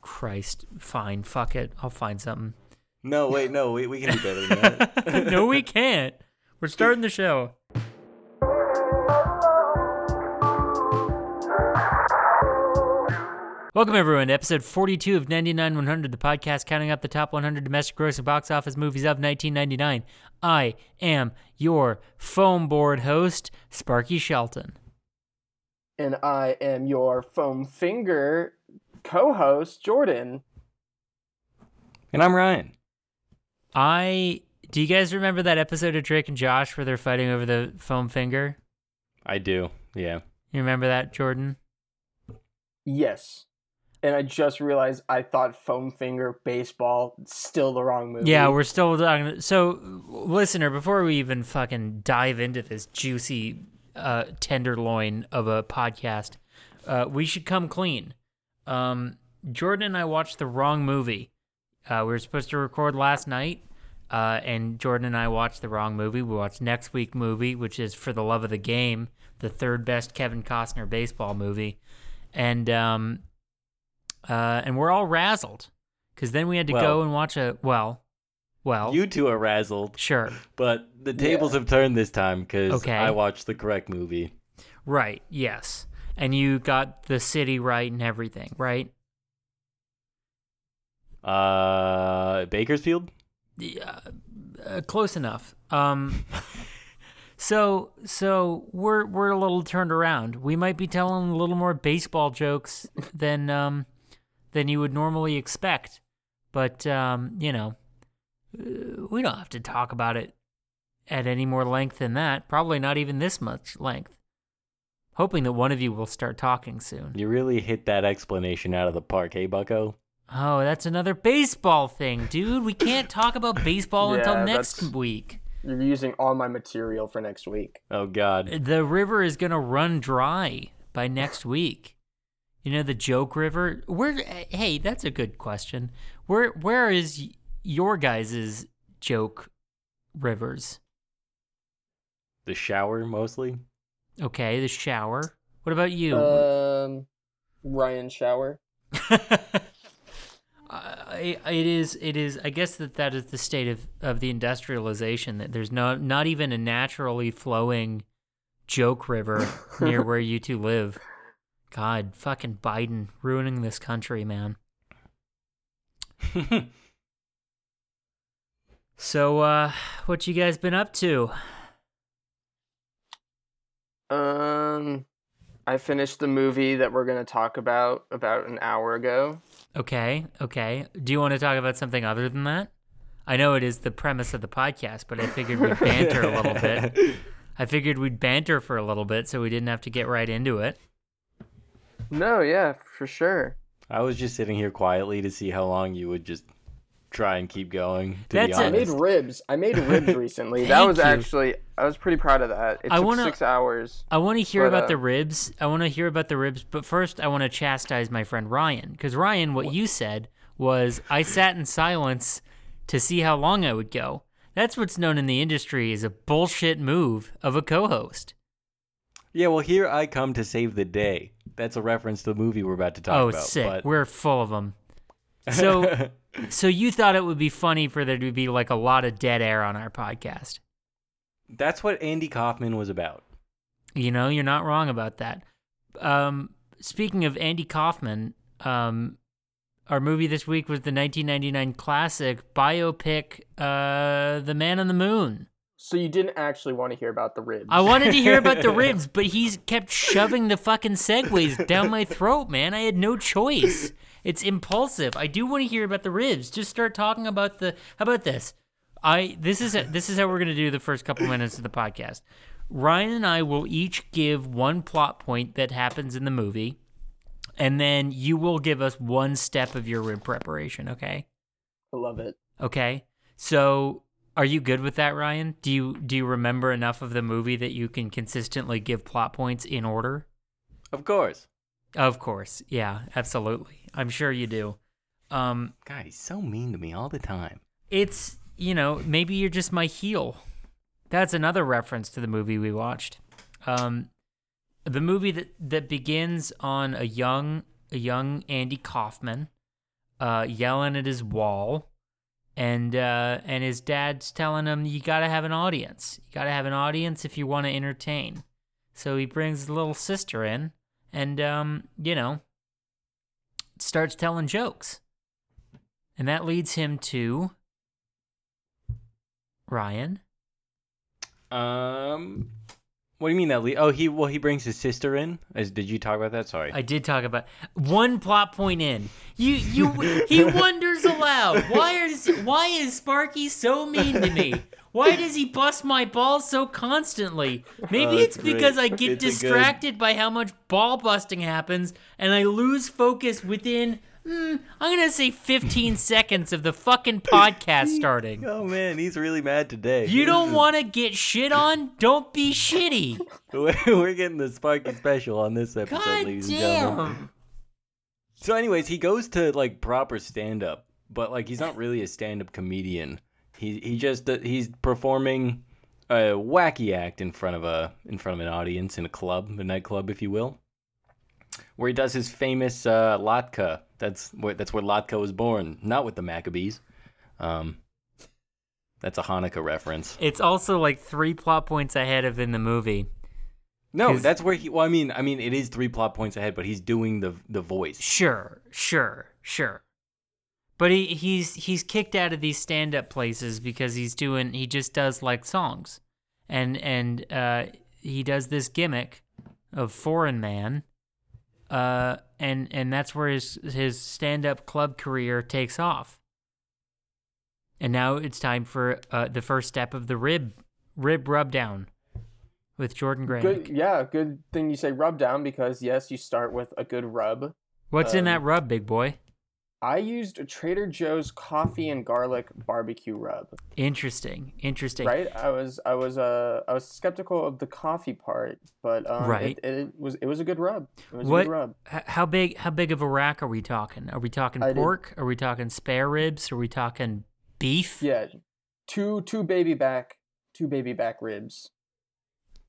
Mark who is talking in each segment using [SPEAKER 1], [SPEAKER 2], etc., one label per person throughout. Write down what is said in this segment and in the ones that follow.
[SPEAKER 1] Christ, fine, fuck it, I'll find something.
[SPEAKER 2] No, wait, no, we, we can do better than that.
[SPEAKER 1] no, we can't. We're starting the show. Welcome, everyone, to episode 42 of 99 100, the podcast counting up the top 100 domestic gross and box office movies of 1999. I am your foam board host, Sparky Shelton.
[SPEAKER 3] And I am your foam finger co host, Jordan.
[SPEAKER 2] and I'm Ryan.
[SPEAKER 1] I. Do you guys remember that episode of Drake and Josh where they're fighting over the foam finger?
[SPEAKER 2] I do. Yeah.
[SPEAKER 1] You remember that, Jordan?
[SPEAKER 3] Yes. And I just realized I thought foam finger baseball still the wrong movie.
[SPEAKER 1] Yeah, we're still talking. So, listener, before we even fucking dive into this juicy uh, tenderloin of a podcast, uh, we should come clean. Um, Jordan and I watched the wrong movie. Uh, we were supposed to record last night, uh, and Jordan and I watched the wrong movie. We watched next week movie, which is For the Love of the Game, the third best Kevin Costner baseball movie, and um, uh, and we're all razzled because then we had to
[SPEAKER 2] Well.
[SPEAKER 1] go and watch a well, well,
[SPEAKER 2] Oh. You two are razzled,
[SPEAKER 1] sure,
[SPEAKER 2] but the tables have turned this time because
[SPEAKER 1] Okay.
[SPEAKER 2] I watched the correct movie.
[SPEAKER 1] right, yes, and you got the city right and everything, right?
[SPEAKER 2] Uh, Bakersfield?
[SPEAKER 1] Yeah, uh, close enough. Um, so so we're we're a little turned around. We might be telling a little more baseball jokes than um than you would normally expect, but um you know uh, we don't have to talk about it at any more length than that. Probably not even this much length. Hoping that one of you will start talking soon.
[SPEAKER 2] You really hit that explanation out of the park, hey, bucko?
[SPEAKER 1] Oh, that's another baseball thing, dude. We can't talk about baseball until
[SPEAKER 3] Yeah,
[SPEAKER 1] next
[SPEAKER 3] that's-
[SPEAKER 1] week.
[SPEAKER 3] You're using all my material for next week.
[SPEAKER 2] Oh, God.
[SPEAKER 1] the river is going to run dry by next week. You know the joke river. Where? Hey, that's a good question. Where? Where is y- your guys's joke rivers?
[SPEAKER 2] The shower, mostly?
[SPEAKER 1] Okay, the shower. What about you?
[SPEAKER 3] Um, Ryan Shower.
[SPEAKER 1] I, it is. It is. I guess that that is the state of of the industrialization. That there's no not even a naturally flowing joke river near where you two live. God, fucking Biden ruining this country, man. So, uh, what you guys been up to?
[SPEAKER 3] Um, I finished the movie that we're going to talk about about an hour ago.
[SPEAKER 1] Okay, okay. Do you want to talk about something other than that? I know it is the premise of the podcast, but I figured we'd banter a little bit. I figured we'd banter for a little bit so we didn't have to get right into it.
[SPEAKER 3] No, yeah, for sure.
[SPEAKER 2] I was just sitting here quietly to see how long you would just try and keep going. To
[SPEAKER 1] That's
[SPEAKER 2] be
[SPEAKER 1] a-
[SPEAKER 3] I made
[SPEAKER 2] honest.
[SPEAKER 3] ribs. I made ribs recently. that
[SPEAKER 1] Thank
[SPEAKER 3] was
[SPEAKER 1] you.
[SPEAKER 3] actually I was pretty proud of that. It
[SPEAKER 1] I
[SPEAKER 3] took
[SPEAKER 1] wanna-
[SPEAKER 3] six hours.
[SPEAKER 1] I want to hear
[SPEAKER 3] But,
[SPEAKER 1] about
[SPEAKER 3] uh,
[SPEAKER 1] the ribs. I want to hear about the ribs, but first I want to chastise my friend Ryan because Ryan, what, you said was I sat in silence to see how long I would go. That's what's known in the industry as a bullshit move of a co-host.
[SPEAKER 2] Yeah, well, here I come to save the day. That's a reference to the movie we're about to talk
[SPEAKER 1] oh,
[SPEAKER 2] about.
[SPEAKER 1] sick!
[SPEAKER 2] but-
[SPEAKER 1] We're full of them. So, so you thought it would be funny for there to be like a lot of dead air on our podcast.
[SPEAKER 2] That's what Andy Kaufman was about.
[SPEAKER 1] You know, you're not wrong about that. Um, speaking of Andy Kaufman, um, our movie this week was the 1999 classic biopic, uh, The Man on the Moon.
[SPEAKER 3] So you didn't actually want to hear about the ribs.
[SPEAKER 1] I wanted to hear about the ribs, but he's kept shoving the fucking segues down my throat, man. I had no choice. It's impulsive. I do want to hear about the ribs. Just start talking about the. How about this? I this is this is how we're gonna do the first couple minutes of the podcast. Ryan and I will each give one plot point that happens in the movie, and then you will give us one step of your rib preparation. Okay.
[SPEAKER 3] I love it.
[SPEAKER 1] Okay. So are you good with that, Ryan? Do you do you remember enough of the movie that you can consistently give plot points in order?
[SPEAKER 2] Of course.
[SPEAKER 1] Of course. Yeah, absolutely. I'm sure you do. Um
[SPEAKER 2] God, he's so mean to me all the time.
[SPEAKER 1] it's, you know, maybe you're just my heel. That's another reference to the movie we watched. Um the movie that that begins on a young a young Andy Kaufman uh, yelling at his wall, and uh, and his dad's telling him, "You gotta have an audience. You gotta have an audience if you want to entertain." So he brings his little sister in, and um, you know, starts telling jokes, and that leads him to Ryan.
[SPEAKER 2] Um, what do you mean that? Le- oh, he well he brings his sister in. As did you talk about that? Sorry.
[SPEAKER 1] I did talk about one plot point in. You you he wonders aloud. Why is why is Sparky so mean to me? Why does he bust my balls so constantly? Maybe
[SPEAKER 2] Oh,
[SPEAKER 1] it's
[SPEAKER 2] it's great.
[SPEAKER 1] because I get
[SPEAKER 2] It's a good-
[SPEAKER 1] distracted by how much ball busting happens and I lose focus within mm, I'm going to say 15 seconds of the fucking podcast starting.
[SPEAKER 2] oh man, he's really mad today.
[SPEAKER 1] You don't want to get shit on? Don't be shitty.
[SPEAKER 2] We're, we're getting the Sparky special on this episode,
[SPEAKER 1] God
[SPEAKER 2] ladies and gentlemen.
[SPEAKER 1] damn.
[SPEAKER 2] So, anyways, he goes to like proper stand up, but like he's not really a stand up comedian. He he just uh, he's performing a wacky act in front of a in front of an audience in a club, a nightclub, if you will, where he does his famous uh, Latka. That's where that's where Latka was born, not with the Maccabees. Um, that's a Hanukkah reference.
[SPEAKER 1] It's also like three plot points ahead of in the movie.
[SPEAKER 2] No,
[SPEAKER 1] 'Cause-
[SPEAKER 2] that's where he. Well, I mean, I mean, it is three plot points ahead, but he's doing the the voice.
[SPEAKER 1] Sure, sure, sure. But he, he's he's kicked out of these stand up places because he's doing he just does like songs. And and uh he does this gimmick of foreign man. Uh and and that's where his his stand up club career takes off. And now it's time for uh the first step of the rib rib rub down with Jordan
[SPEAKER 3] Good,
[SPEAKER 1] Granick.
[SPEAKER 3] yeah, good thing you say rub down because yes, you start with a good rub.
[SPEAKER 1] What's in
[SPEAKER 3] um,
[SPEAKER 1] that rub, big boy?
[SPEAKER 3] I used Trader Joe's coffee and garlic barbecue rub.
[SPEAKER 1] Interesting. Interesting.
[SPEAKER 3] Right? I was I was uh I was skeptical of the coffee part, but um,
[SPEAKER 1] Right.
[SPEAKER 3] it, it was it was a good rub. It was a
[SPEAKER 1] What-
[SPEAKER 3] good rub.
[SPEAKER 1] H- how big how big of a rack are we talking? Are we talking
[SPEAKER 3] I did-
[SPEAKER 1] pork? Are we talking spare ribs? Are we talking beef?
[SPEAKER 3] Yeah. Two two baby back two baby back ribs.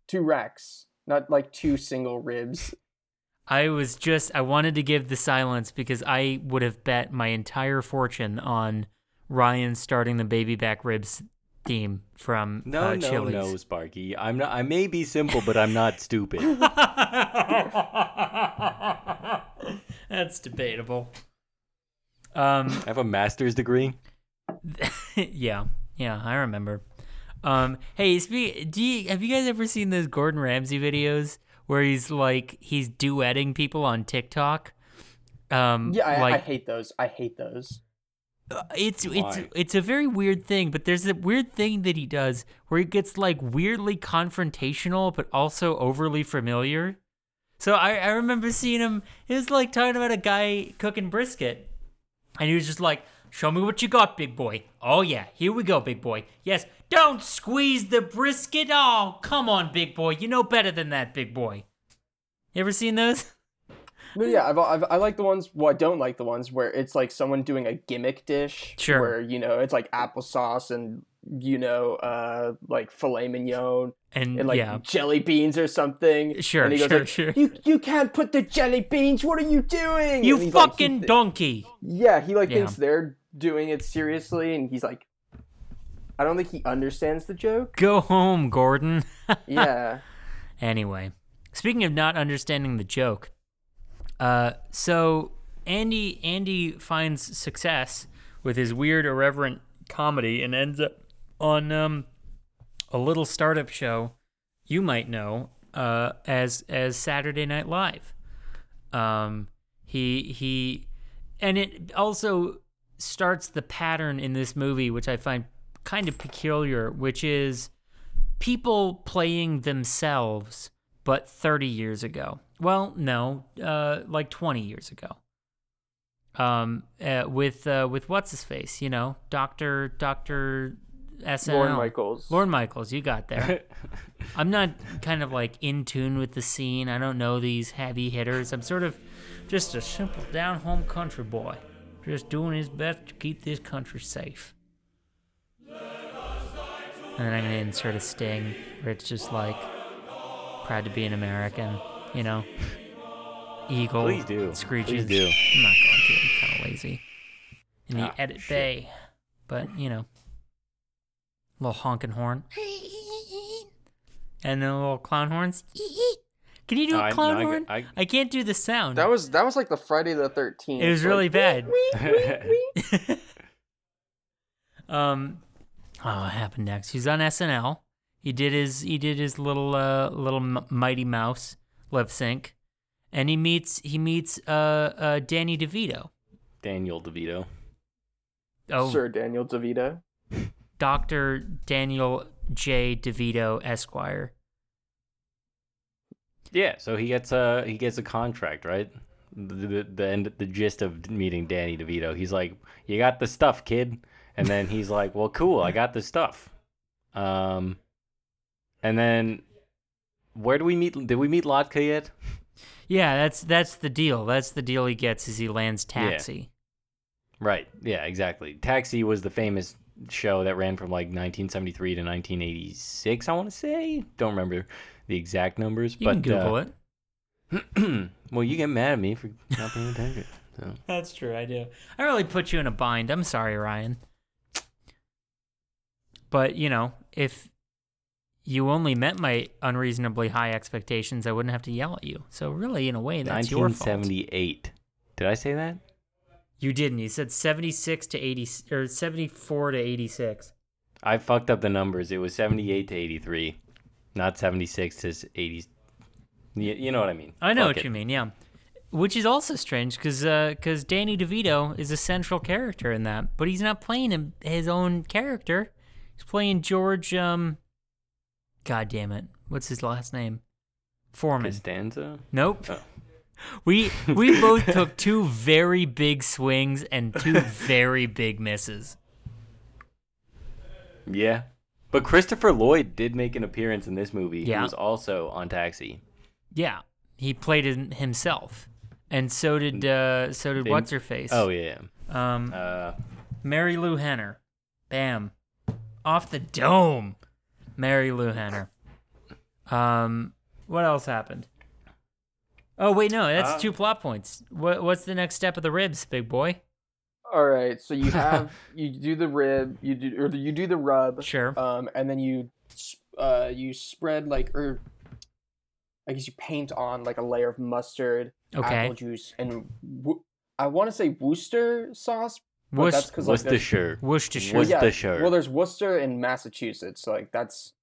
[SPEAKER 3] Two racks. Not like two single ribs.
[SPEAKER 1] I was just I wanted to give the silence because I would have bet my entire fortune on Ryan starting the baby back ribs theme from
[SPEAKER 2] No,
[SPEAKER 1] uh,
[SPEAKER 2] no,
[SPEAKER 1] Chili's.
[SPEAKER 2] no, Sparky. I'm not. I may be simple, but I'm not stupid.
[SPEAKER 1] That's debatable. Um
[SPEAKER 2] I have a master's degree.
[SPEAKER 1] yeah, yeah, I remember. Um, hey, speak, do you, have you guys ever seen those Gordon Ramsay videos where he's like he's duetting people on TikTok? Um,
[SPEAKER 3] Yeah, I, I
[SPEAKER 1] like
[SPEAKER 3] hate those. I hate those.
[SPEAKER 1] uh, it's it's
[SPEAKER 2] Why?
[SPEAKER 1] it's a very weird thing, but there's a weird thing that he does where he gets like weirdly confrontational, but also overly familiar. So I, I remember seeing him. It was like talking about a guy cooking brisket, and he was just like, "Show me what you got, big boy." Oh yeah, here we go, big boy. Yes, don't squeeze the brisket. Oh come on, big boy, you know better than that, big boy. You ever seen those?
[SPEAKER 3] No, yeah, I've, I've, I like the ones. Well, I don't like the ones where it's like someone doing a gimmick dish,
[SPEAKER 1] Sure.
[SPEAKER 3] where you know it's like applesauce and you know uh like filet mignon
[SPEAKER 1] And,
[SPEAKER 3] and like
[SPEAKER 1] yeah,
[SPEAKER 3] jelly beans or something.
[SPEAKER 1] Sure,
[SPEAKER 3] and he goes
[SPEAKER 1] sure,
[SPEAKER 3] like,
[SPEAKER 1] sure.
[SPEAKER 3] You you can't put the jelly beans. What are you doing?
[SPEAKER 1] you
[SPEAKER 3] And he's like-
[SPEAKER 1] fucking
[SPEAKER 3] he thi-
[SPEAKER 1] donkey.
[SPEAKER 3] yeah, he like
[SPEAKER 1] Yeah.
[SPEAKER 3] thinks they're doing it seriously, and he's like, I don't think he understands the joke.
[SPEAKER 1] Go home, Gordon.
[SPEAKER 3] Yeah,
[SPEAKER 1] Anyway, speaking of not understanding the joke, uh, so Andy Andy finds success with his weird, irreverent comedy and ends up on um, a little startup show you might know uh, as as Saturday Night Live. Um, he he, and it also starts the pattern in this movie, which I find kind of peculiar, which is people playing themselves, but 30 years ago. Well, no, uh, like 20 years ago. Um, uh, with uh, with what's his face, you know, Doctor Doctor SNL,
[SPEAKER 3] Lauren Michaels.
[SPEAKER 1] Lauren Michaels, you got there. I'm not kind of like in tune with the scene. I don't know these heavy hitters. I'm sort of just a simple down home country boy, just doing his best to keep this country safe. And then I'm gonna insert a sting where it's just like proud to be an American, you know. Eagle
[SPEAKER 2] Please do.
[SPEAKER 1] screeches.
[SPEAKER 2] Please do.
[SPEAKER 1] I'm not going to. I'm kind of lazy. in the
[SPEAKER 2] Ah,
[SPEAKER 1] edit
[SPEAKER 2] shit.
[SPEAKER 1] bay, but you know, little honking horn, and then little clown horns. Can you do
[SPEAKER 2] No,
[SPEAKER 1] a
[SPEAKER 2] I-
[SPEAKER 1] clown
[SPEAKER 2] no, I g-
[SPEAKER 1] horn?
[SPEAKER 2] I-
[SPEAKER 1] can't do the sound.
[SPEAKER 3] That was that was like the Friday the Thirteenth.
[SPEAKER 1] it was really bad.
[SPEAKER 2] I
[SPEAKER 1] um, oh, what happened next? He's on SNL. He did his he did his little uh little M- Mighty Mouse lip sync, and he meets he meets uh uh Danny DeVito.
[SPEAKER 2] Daniel DeVito.
[SPEAKER 1] Oh,
[SPEAKER 3] Sir Daniel DeVito.
[SPEAKER 1] Dr. Daniel J. DeVito Esquire.
[SPEAKER 2] Yeah, so he gets a he gets a contract, right? The, the the end the gist of meeting Danny DeVito. He's like, "You got the stuff, kid," and then he's like, "Well, cool, I got the stuff." Um, and then where do we meet? Did we meet Latka yet?
[SPEAKER 1] Yeah, that's that's the deal. That's the deal he gets is he lands
[SPEAKER 2] Yeah.
[SPEAKER 1] taxi.
[SPEAKER 2] Right. Yeah. Exactly. Taxi was the famous show that ran from like 1973 to 1986. I want to say. Don't remember the exact numbers,
[SPEAKER 1] You
[SPEAKER 2] but
[SPEAKER 1] can Google
[SPEAKER 2] uh,
[SPEAKER 1] it.
[SPEAKER 2] well, you get mad at me for not paying attention. So.
[SPEAKER 1] That's true, I do. I really put you in a bind. I'm sorry, Ryan. But, you know, if you only met my unreasonably high expectations, I wouldn't have to yell at you. So really in a way that's your fault.
[SPEAKER 2] 1978. Did I say that?
[SPEAKER 1] You didn't. You said 76 to 80 or 74 to 86.
[SPEAKER 2] I fucked up the numbers. It was 78 to 83, not 76 to 80. You, you know what I mean.
[SPEAKER 1] I know
[SPEAKER 2] Fuck
[SPEAKER 1] what
[SPEAKER 2] it.
[SPEAKER 1] you mean, yeah. Which is also strange because Danny DeVito is a central character in that, but he's not playing him, his own character. He's playing George. Um, God damn it! What's his last name? Foreman.
[SPEAKER 2] Costanza?
[SPEAKER 1] Nope.
[SPEAKER 2] Oh.
[SPEAKER 1] We we both took two very big swings and two very big misses.
[SPEAKER 2] Yeah. But Christopher Lloyd did make an appearance in this movie.
[SPEAKER 1] Yeah.
[SPEAKER 2] He was also on Taxi.
[SPEAKER 1] Yeah, he played him himself, and so did uh, so did
[SPEAKER 2] They-
[SPEAKER 1] what's her face?
[SPEAKER 2] Oh, yeah.
[SPEAKER 1] um,
[SPEAKER 2] Uh,
[SPEAKER 1] Mary Lou Henner. Bam. Off the dome. Mary Lou Henner. Um what else happened? Oh wait, no, that's
[SPEAKER 2] Uh,
[SPEAKER 1] two plot points. What what's the next step of the ribs, big boy?
[SPEAKER 3] All right, so you have you do the rib, you do or you do the rub,
[SPEAKER 1] Sure.
[SPEAKER 3] um, and then you s- uh you spread like or I guess you paint on like a layer of mustard,
[SPEAKER 1] Okay.
[SPEAKER 3] apple juice, and wo- I want to say Worcester sauce. But
[SPEAKER 1] Woosh,
[SPEAKER 3] that's because like there's-
[SPEAKER 2] Worcestershire.
[SPEAKER 1] Worcestershire.
[SPEAKER 2] Worcester-
[SPEAKER 3] Well,
[SPEAKER 1] Well,
[SPEAKER 3] yeah,
[SPEAKER 2] Worcestershire.
[SPEAKER 3] Well, there's Worcester in Massachusetts, so like that's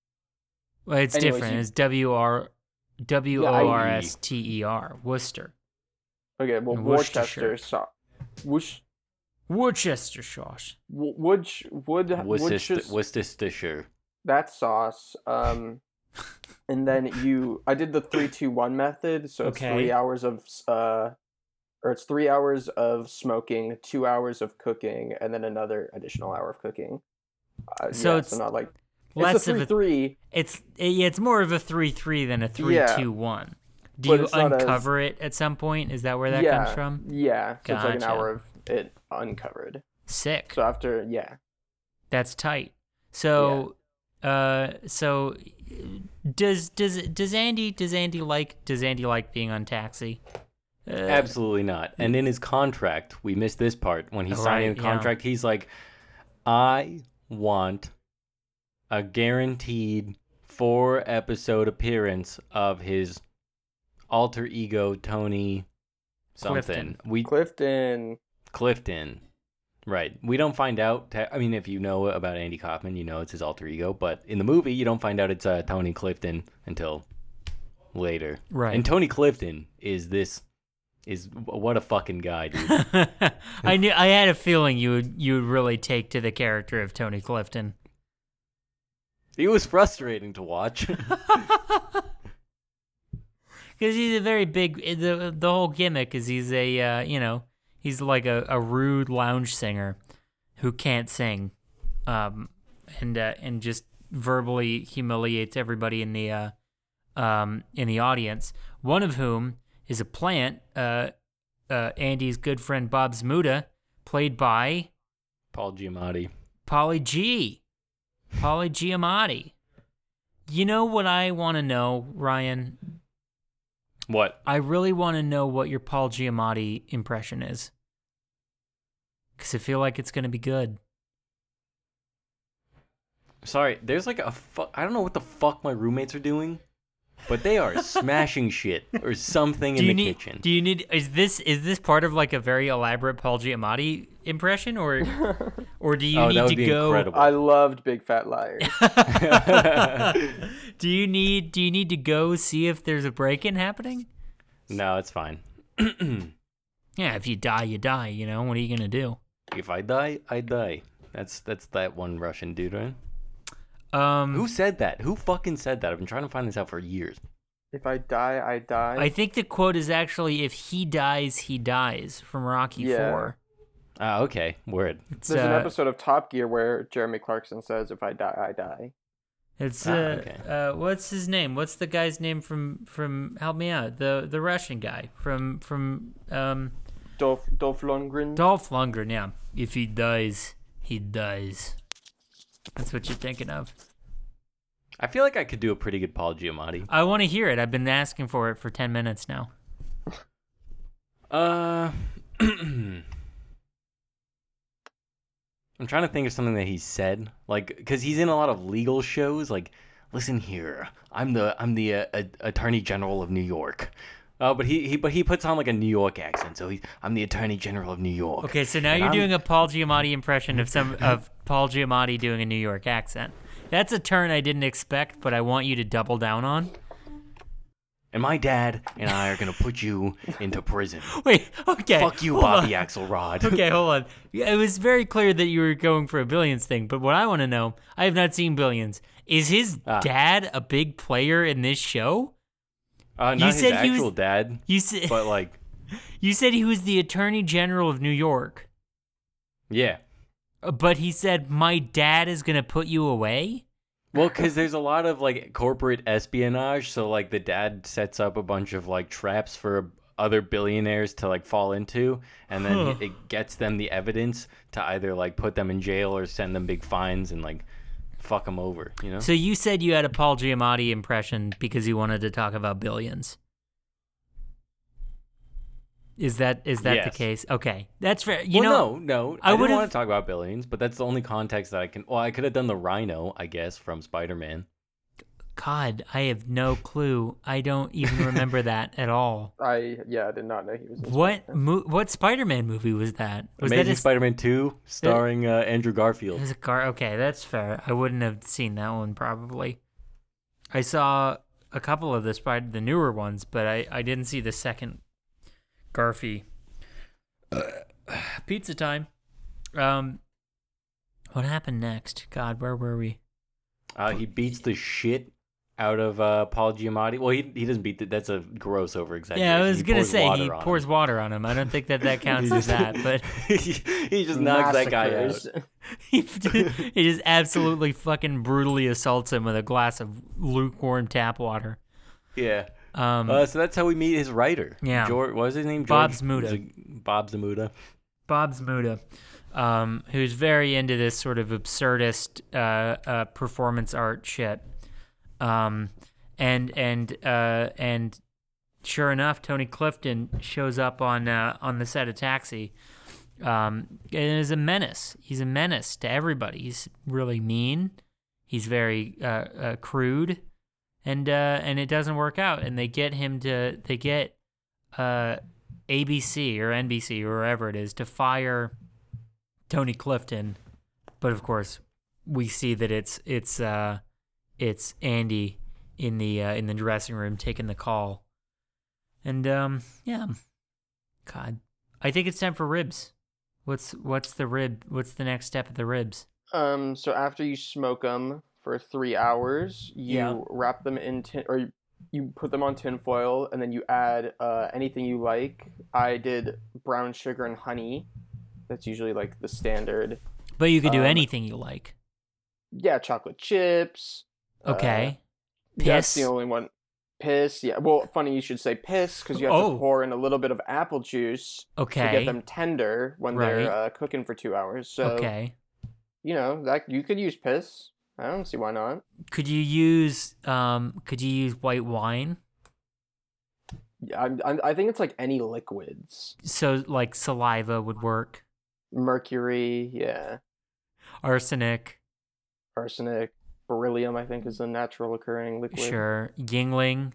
[SPEAKER 1] it's
[SPEAKER 3] anyways,
[SPEAKER 1] different.
[SPEAKER 3] you-
[SPEAKER 1] It's W R W O R S T E R. Worcester.
[SPEAKER 3] okay. Well,
[SPEAKER 1] And
[SPEAKER 3] Worcestershire
[SPEAKER 1] Worcestershire.
[SPEAKER 3] sauce. Woosh,
[SPEAKER 1] Worcestershire sauce.
[SPEAKER 3] wo- wood, wood,
[SPEAKER 2] Worcester,
[SPEAKER 3] Worcestershire.
[SPEAKER 2] Worcestershire.
[SPEAKER 3] that sauce. Um, and then you, I did the three two one method, so it's
[SPEAKER 1] Okay.
[SPEAKER 3] three hours of uh, or it's three hours of smoking, two hours of cooking, and then another additional hour of cooking. Uh,
[SPEAKER 1] So
[SPEAKER 3] yeah,
[SPEAKER 1] it's
[SPEAKER 3] so not like
[SPEAKER 1] Less
[SPEAKER 3] it's a
[SPEAKER 1] of a
[SPEAKER 3] three three.
[SPEAKER 1] It's yeah, it's more of a three three than a three
[SPEAKER 3] Yeah.
[SPEAKER 1] two one. Do
[SPEAKER 3] But
[SPEAKER 1] you
[SPEAKER 3] it's not as-
[SPEAKER 1] uncover it at some point? Is that where that
[SPEAKER 3] yeah,
[SPEAKER 1] comes from?
[SPEAKER 3] Yeah, so it's like an
[SPEAKER 1] Gotcha.
[SPEAKER 3] hour of it uncovered.
[SPEAKER 1] Sick.
[SPEAKER 3] So after yeah,
[SPEAKER 1] That's tight. So, uh, so does does does Andy does Andy like does Andy like being on taxi? Uh,
[SPEAKER 2] Absolutely not. And in his contract, we missed this part. When he's
[SPEAKER 1] Right,
[SPEAKER 2] signing the
[SPEAKER 1] yeah.
[SPEAKER 2] contract, he's like, I want a guaranteed four episode appearance of his alter ego, Tony something.
[SPEAKER 1] Clifton.
[SPEAKER 2] We
[SPEAKER 3] Clifton.
[SPEAKER 2] Clifton. Right. We don't find out. ta- I mean, if you know about Andy Kaufman, you know it's his alter ego. But in the movie, you don't find out it's uh, Tony Clifton until later.
[SPEAKER 1] Right.
[SPEAKER 2] And Tony Clifton is this is what a fucking guy, dude.
[SPEAKER 1] I knew I had a feeling you would you would really take to the character of Tony Clifton.
[SPEAKER 2] he was frustrating to watch.
[SPEAKER 1] Because he's a very big. eh, the The whole gimmick is he's a uh, you know he's like a, a rude lounge singer who can't sing, um, and uh, and just verbally humiliates everybody in the uh, um, in the audience. One of whom is a plant. Uh, uh, Andy's good friend Bob Zmuda, played by
[SPEAKER 2] Paul Giamatti.
[SPEAKER 1] Polly G. Polly Giamatti. You know what I want to know, Ryan?
[SPEAKER 2] What?
[SPEAKER 1] I really want to know what your Paul Giamatti impression is. Because makes it feel like it's gonna be good.
[SPEAKER 2] Sorry, there's like a fuck. I don't know what the fuck my roommates are doing, but they are smashing shit or something
[SPEAKER 1] Do
[SPEAKER 2] in
[SPEAKER 1] you
[SPEAKER 2] the
[SPEAKER 1] need?
[SPEAKER 2] kitchen.
[SPEAKER 1] Do you need? Is this is this part of like a very elaborate Paul Giamatti impression, or or do you
[SPEAKER 2] oh,
[SPEAKER 1] need
[SPEAKER 2] that would
[SPEAKER 1] to
[SPEAKER 2] be
[SPEAKER 1] go?
[SPEAKER 2] incredible.
[SPEAKER 3] I loved Big Fat Liar.
[SPEAKER 1] do you need? Do you need to go see if there's a break in happening?
[SPEAKER 2] no, it's fine.
[SPEAKER 1] Yeah, if you die, you die. You know what are you gonna do?
[SPEAKER 2] If I die, I die. That's that's that one Russian dude, right?
[SPEAKER 1] Um,
[SPEAKER 2] Who said that? Who fucking said that? I've been trying to find this out for years.
[SPEAKER 3] if I die, I die.
[SPEAKER 1] I think the quote is actually "If he dies, he dies" from Rocky
[SPEAKER 3] Yeah.
[SPEAKER 1] Four.
[SPEAKER 2] Ah, okay, word.
[SPEAKER 1] It's
[SPEAKER 3] There's an
[SPEAKER 1] uh,
[SPEAKER 3] episode of Top Gear where Jeremy Clarkson says, "If I die, I die."
[SPEAKER 1] It's
[SPEAKER 2] Ah,
[SPEAKER 1] uh,
[SPEAKER 2] okay.
[SPEAKER 1] uh, what's his name? What's the guy's name from from Help me out? The the Russian guy from from um
[SPEAKER 3] Dolph Dolph Lundgren.
[SPEAKER 1] Dolph Lundgren. Yeah, if he dies, he dies. That's what you're thinking of.
[SPEAKER 2] I feel like I could do a pretty good Paul Giamatti.
[SPEAKER 1] I want to hear it. I've been asking for it for ten minutes now.
[SPEAKER 2] Uh, I'm trying to think of something that he said, like, because he's in a lot of legal shows. Like, listen here, I'm the I'm the uh, a- Attorney General of New York. Uh, but he, he but he puts on like a New York accent, so he I'm the Attorney General of New York.
[SPEAKER 1] Okay, so now
[SPEAKER 2] And
[SPEAKER 1] you're
[SPEAKER 2] I'm-
[SPEAKER 1] doing a Paul Giamatti impression of some of Paul Giamatti doing a New York accent. That's a turn I didn't expect, but I want you to double down on.
[SPEAKER 2] And my dad and I are gonna put you into prison.
[SPEAKER 1] Wait, okay.
[SPEAKER 2] Fuck you,
[SPEAKER 1] hold on.
[SPEAKER 2] Bobby Axelrod.
[SPEAKER 1] okay, hold on. Yeah, It was very clear that you were going for a Billions thing, but what I want to know, I have not seen Billions. Is his
[SPEAKER 2] Ah.
[SPEAKER 1] dad a big player in this show?
[SPEAKER 2] Uh, not
[SPEAKER 1] You
[SPEAKER 2] his
[SPEAKER 1] said he was-
[SPEAKER 2] actual dad,
[SPEAKER 1] You said
[SPEAKER 2] but like,
[SPEAKER 1] you said he was the Attorney General of New York,
[SPEAKER 2] yeah.
[SPEAKER 1] uh, but he said my dad is going to put you away.
[SPEAKER 2] Well, because there's a lot of like corporate espionage, so like the dad sets up a bunch of like traps for other billionaires to like fall into, and then
[SPEAKER 1] Huh.
[SPEAKER 2] it gets them the evidence to either like put them in jail or send them big fines and like fuck them over, you know?
[SPEAKER 1] So you said you had a Paul Giamatti impression because you wanted to talk about Billions. Is that is that the
[SPEAKER 2] Yes.
[SPEAKER 1] case? Okay, that's fair. You
[SPEAKER 2] well,
[SPEAKER 1] know,
[SPEAKER 2] no, no,
[SPEAKER 1] I
[SPEAKER 2] I, wouldn't
[SPEAKER 1] would've-
[SPEAKER 2] want to talk about billions, but that's the only context that I can. Well, I could have done the Rhino, I guess, from Spider Man.
[SPEAKER 1] God, I have no clue. I don't even remember that at all.
[SPEAKER 3] I yeah, I did not know he was. in
[SPEAKER 1] What
[SPEAKER 3] Spider-Man.
[SPEAKER 1] mo- what Spider-Man movie was that? Was
[SPEAKER 2] Amazing
[SPEAKER 1] that a,
[SPEAKER 2] Spider Man Two, starring uh, Andrew
[SPEAKER 1] it
[SPEAKER 2] Garfield.
[SPEAKER 1] was a car? Okay, that's fair. I wouldn't have seen that one probably. I saw a couple of the spider the newer ones, but I I didn't see the second Garfy. Pizza time. Um, what happened next? God, where were we?
[SPEAKER 2] Uh, he beats the shit out of uh, Paul Giamatti. Well, he, he doesn't beat the, that's a gross over
[SPEAKER 1] Yeah, I was
[SPEAKER 2] He
[SPEAKER 1] gonna
[SPEAKER 2] pours
[SPEAKER 1] say
[SPEAKER 2] water
[SPEAKER 1] he
[SPEAKER 2] on him.
[SPEAKER 1] pours water on him. I don't think that that counts
[SPEAKER 2] He
[SPEAKER 1] as
[SPEAKER 2] just-
[SPEAKER 1] that, but
[SPEAKER 2] he, he just knocks that guy out.
[SPEAKER 3] Massacres.
[SPEAKER 1] he, just, he just absolutely fucking brutally assaults him with a glass of lukewarm tap water.
[SPEAKER 2] Yeah.
[SPEAKER 1] Um,
[SPEAKER 2] Uh, so that's how we meet his writer.
[SPEAKER 1] Yeah.
[SPEAKER 2] George, what was his name?
[SPEAKER 1] Bob
[SPEAKER 2] George-
[SPEAKER 1] Zmuda.
[SPEAKER 2] Z- Bob Zamuda.
[SPEAKER 1] Bob Zmuda, um, who's very into this sort of absurdist uh, uh, performance art shit, um, and and uh, and sure enough, Tony Clifton shows up on uh, on the set of Taxi, um, and is a menace. He's a menace to everybody. He's really mean. He's very uh, uh, crude, and uh, and it doesn't work out. And they get him to they get. Uh, ABC or NBC or wherever it is to fire Tony Clifton, but of course we see that it's it's uh, it's Andy in the uh, in the dressing room taking the call, and um, yeah, God, I think it's time for ribs. What's what's the rib? What's the next step of the ribs?
[SPEAKER 3] Um, so after you smoke them for three hours, you
[SPEAKER 1] Yeah.
[SPEAKER 3] wrap them in tin, or you, you put them on tin foil, and then you add uh, anything you like. I did brown sugar and honey. That's usually like the standard.
[SPEAKER 1] But you could do
[SPEAKER 3] Um,
[SPEAKER 1] anything you like.
[SPEAKER 3] Yeah, chocolate chips. uh,
[SPEAKER 1] Okay,
[SPEAKER 3] That's the
[SPEAKER 1] Piss?
[SPEAKER 3] only one. Piss. Yeah. Well, funny you should say piss because you have
[SPEAKER 1] Oh.
[SPEAKER 3] to pour in a little bit of apple juice to
[SPEAKER 1] okay,
[SPEAKER 3] get them tender when
[SPEAKER 1] Right.
[SPEAKER 3] they're uh, cooking for two hours. So
[SPEAKER 1] okay.
[SPEAKER 3] you know that you could use piss. I don't see why not.
[SPEAKER 1] Could you use um? Could you use white wine?
[SPEAKER 3] Yeah, I'm, I'm, I think it's like any liquids.
[SPEAKER 1] So like saliva would work.
[SPEAKER 3] mercury, yeah,
[SPEAKER 1] arsenic,
[SPEAKER 3] arsenic, beryllium. I think is a natural occurring liquid.
[SPEAKER 1] sure, Yingling.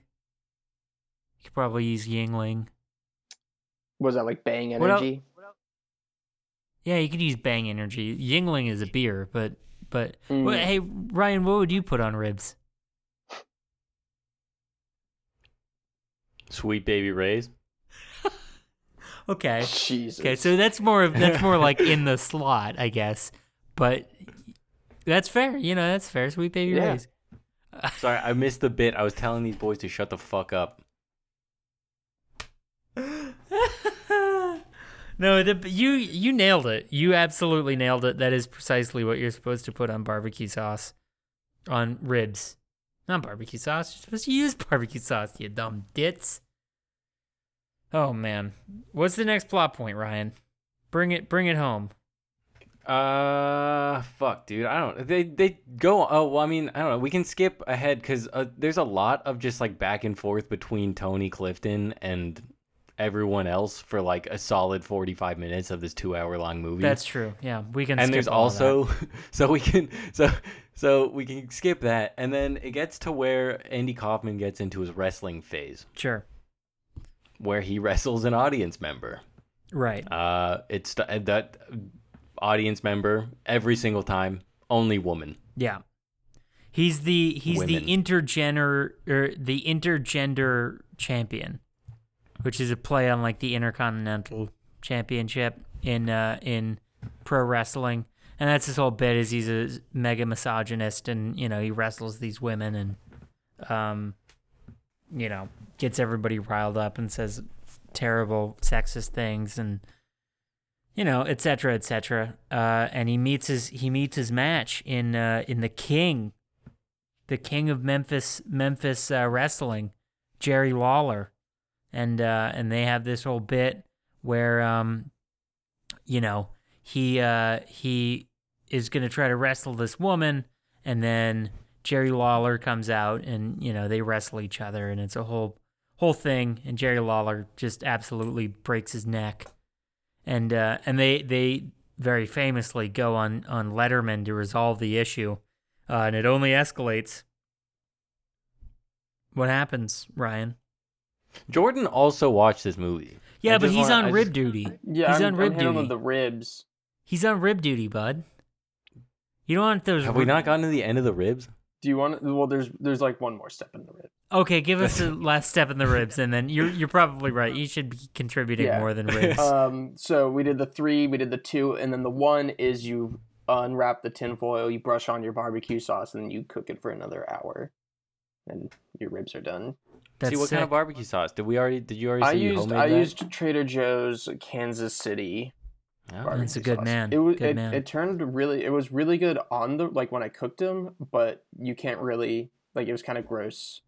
[SPEAKER 1] You could probably use Yingling.
[SPEAKER 3] Was that like Bang
[SPEAKER 1] What el-
[SPEAKER 3] Energy?
[SPEAKER 1] Yeah, you could use Bang Energy. Yingling is a beer, but but
[SPEAKER 3] Mm.
[SPEAKER 1] Well, hey Ryan, what would you put on ribs?
[SPEAKER 2] Sweet baby rays.
[SPEAKER 1] Okay,
[SPEAKER 3] Jesus.
[SPEAKER 1] eh, okay, so that's more of that's more like in the slot, I guess. But that's fair, you know, that's fair. Sweet baby
[SPEAKER 3] Yeah.
[SPEAKER 1] rays.
[SPEAKER 2] Sorry, I missed the bit. I was telling these boys to shut the fuck up.
[SPEAKER 1] no, the, you you nailed it. You absolutely nailed it. That is precisely what you're supposed to put on barbecue sauce, on ribs, not barbecue sauce. You're supposed to use barbecue sauce, you dumb dits. Oh man, what's the next plot point, Ryan? Bring it, bring it home.
[SPEAKER 2] Uh, fuck, dude. I don't. They they go. Oh, well, I mean, I don't know. We can skip ahead because uh, there's a lot of just like back and forth between Tony Clifton and everyone else for like a solid 45 minutes of this two-hour long movie.
[SPEAKER 1] That's true. Yeah, we can. skip
[SPEAKER 2] and there's
[SPEAKER 1] all of that.
[SPEAKER 2] also so we can so so we can skip that and then it gets to where Andy Kaufman gets into his wrestling phase
[SPEAKER 1] sure,
[SPEAKER 2] where he wrestles an audience member.
[SPEAKER 1] right?
[SPEAKER 2] Uh, it's th- uh, that audience member every single time, only woman.
[SPEAKER 1] Yeah. He's the he's the
[SPEAKER 2] Women.
[SPEAKER 1] intergender er, the intergender champion, which is a play on like the Intercontinental Championship in uh, in pro wrestling, and that's his whole bit is he's a mega misogynist and you know he wrestles these women and um you know gets everybody riled up and says terrible sexist things and you know, et cetera, et cetera. Uh, and he meets his he meets his match in uh, in the King, the King of Memphis Memphis uh, wrestling, Jerry Lawler, and uh, and they have this whole bit where um, you know, he uh, he is gonna try to wrestle this woman, and then Jerry Lawler comes out, and you know they wrestle each other, and it's a whole whole thing, and Jerry Lawler just absolutely breaks his neck and uh, and they they very famously go on on Letterman to resolve the issue, uh, and it only escalates. What happens, Ryan?
[SPEAKER 2] Jordan also watched this movie.
[SPEAKER 1] Yeah,
[SPEAKER 2] I
[SPEAKER 1] but
[SPEAKER 2] just
[SPEAKER 1] he's
[SPEAKER 2] wanna-
[SPEAKER 1] on
[SPEAKER 2] I
[SPEAKER 1] rib
[SPEAKER 2] just-
[SPEAKER 1] duty.
[SPEAKER 3] yeah,
[SPEAKER 1] he's
[SPEAKER 3] I'm,
[SPEAKER 1] on rib
[SPEAKER 3] I'm handling
[SPEAKER 1] duty.
[SPEAKER 3] the ribs.
[SPEAKER 1] He's on rib duty, bud. You don't want those.
[SPEAKER 2] Have we
[SPEAKER 1] rib-
[SPEAKER 2] not gotten to the end of the ribs?
[SPEAKER 3] Do you want? Well, there's there's like one more step in the rib.
[SPEAKER 1] Okay, give us the last step in the ribs, and then you're you're probably right. You should be contributing
[SPEAKER 3] Yeah.
[SPEAKER 1] more than ribs.
[SPEAKER 2] Uh,
[SPEAKER 3] Um, so we did the three, we did the two, and then the one is you unwrap the tin foil, you brush on your barbecue sauce, and you cook it for another hour, and your ribs are done.
[SPEAKER 1] That's
[SPEAKER 2] See what kind of
[SPEAKER 1] sick.
[SPEAKER 2] barbecue sauce did we already? Did you already?
[SPEAKER 3] I
[SPEAKER 2] see you
[SPEAKER 3] used
[SPEAKER 2] homemade
[SPEAKER 3] I
[SPEAKER 2] that?
[SPEAKER 3] used Trader Joe's Kansas City
[SPEAKER 2] Oh.
[SPEAKER 3] barbecue
[SPEAKER 1] That's a good
[SPEAKER 3] sauce.
[SPEAKER 1] man,
[SPEAKER 3] It was
[SPEAKER 1] good
[SPEAKER 3] it,
[SPEAKER 1] man.
[SPEAKER 3] it turned really it was really good on the like when I cooked them, but you can't really like it was kind of gross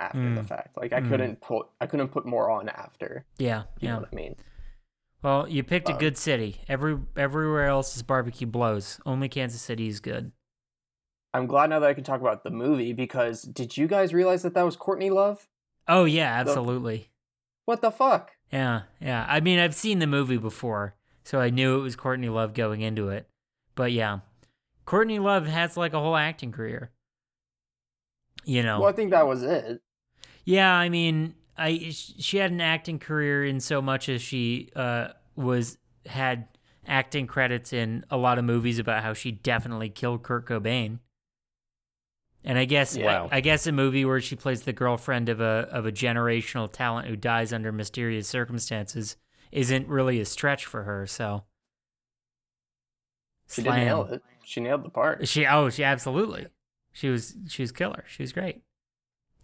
[SPEAKER 3] after the
[SPEAKER 1] Mm.
[SPEAKER 3] fact. Like I
[SPEAKER 1] Mm.
[SPEAKER 3] couldn't put I couldn't put more on after.
[SPEAKER 1] Yeah,
[SPEAKER 3] You
[SPEAKER 1] yeah.
[SPEAKER 3] know what I mean?
[SPEAKER 1] Well, you picked a
[SPEAKER 2] Uh,
[SPEAKER 3] Um,
[SPEAKER 1] good city. Every everywhere else is barbecue blows. Only Kansas City is good.
[SPEAKER 3] I'm glad now that I can talk about the movie because did you guys realize that that was Courtney Love?
[SPEAKER 1] Oh yeah,
[SPEAKER 3] The-
[SPEAKER 1] absolutely.
[SPEAKER 3] What the fuck?
[SPEAKER 1] Yeah, yeah. I mean, I've seen the movie before, so I knew it was Courtney Love going into it. But yeah, Courtney Love has like a whole acting career. You know.
[SPEAKER 3] Well, I think that was it.
[SPEAKER 1] Yeah, I mean, I sh- she had an acting career in so much as she uh, was had acting credits in a lot of movies about how she definitely killed Kurt Cobain. And I guess I-
[SPEAKER 2] Wow.
[SPEAKER 1] I, guess a movie where she plays the girlfriend of a of a generational talent who dies under mysterious circumstances isn't really a stretch for her. So
[SPEAKER 3] She did nail it. She nailed the part.
[SPEAKER 1] she oh she absolutely she was she was killer. She was great.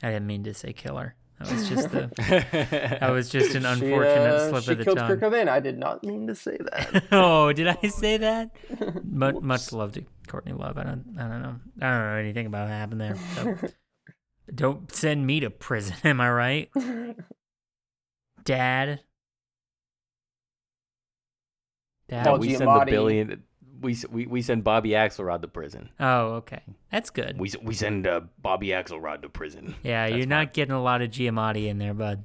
[SPEAKER 1] I didn't mean to say killer. That was just the that was just an unfortunate
[SPEAKER 3] she, uh,
[SPEAKER 1] slip
[SPEAKER 3] she
[SPEAKER 1] of the
[SPEAKER 3] killed
[SPEAKER 1] tongue.
[SPEAKER 3] Kurt Cobain. I did not mean to say that.
[SPEAKER 1] oh, did I say that? Mu- much
[SPEAKER 3] Whoops.
[SPEAKER 1] love to Courtney Love. I don't, I don't know. I don't know anything about what happened there. so. don't send me to prison. Am I right, Dad? Dad.
[SPEAKER 3] Paul
[SPEAKER 2] we
[SPEAKER 1] we-
[SPEAKER 2] send the
[SPEAKER 3] Giamatti.
[SPEAKER 2] billion. We, s- we we send Bobby Axelrod to prison.
[SPEAKER 1] oh, okay. That's good.
[SPEAKER 2] We s- we send uh, Bobby Axelrod to prison.
[SPEAKER 1] yeah,
[SPEAKER 2] That's
[SPEAKER 1] you're not getting a lot of Giamatti in there, bud.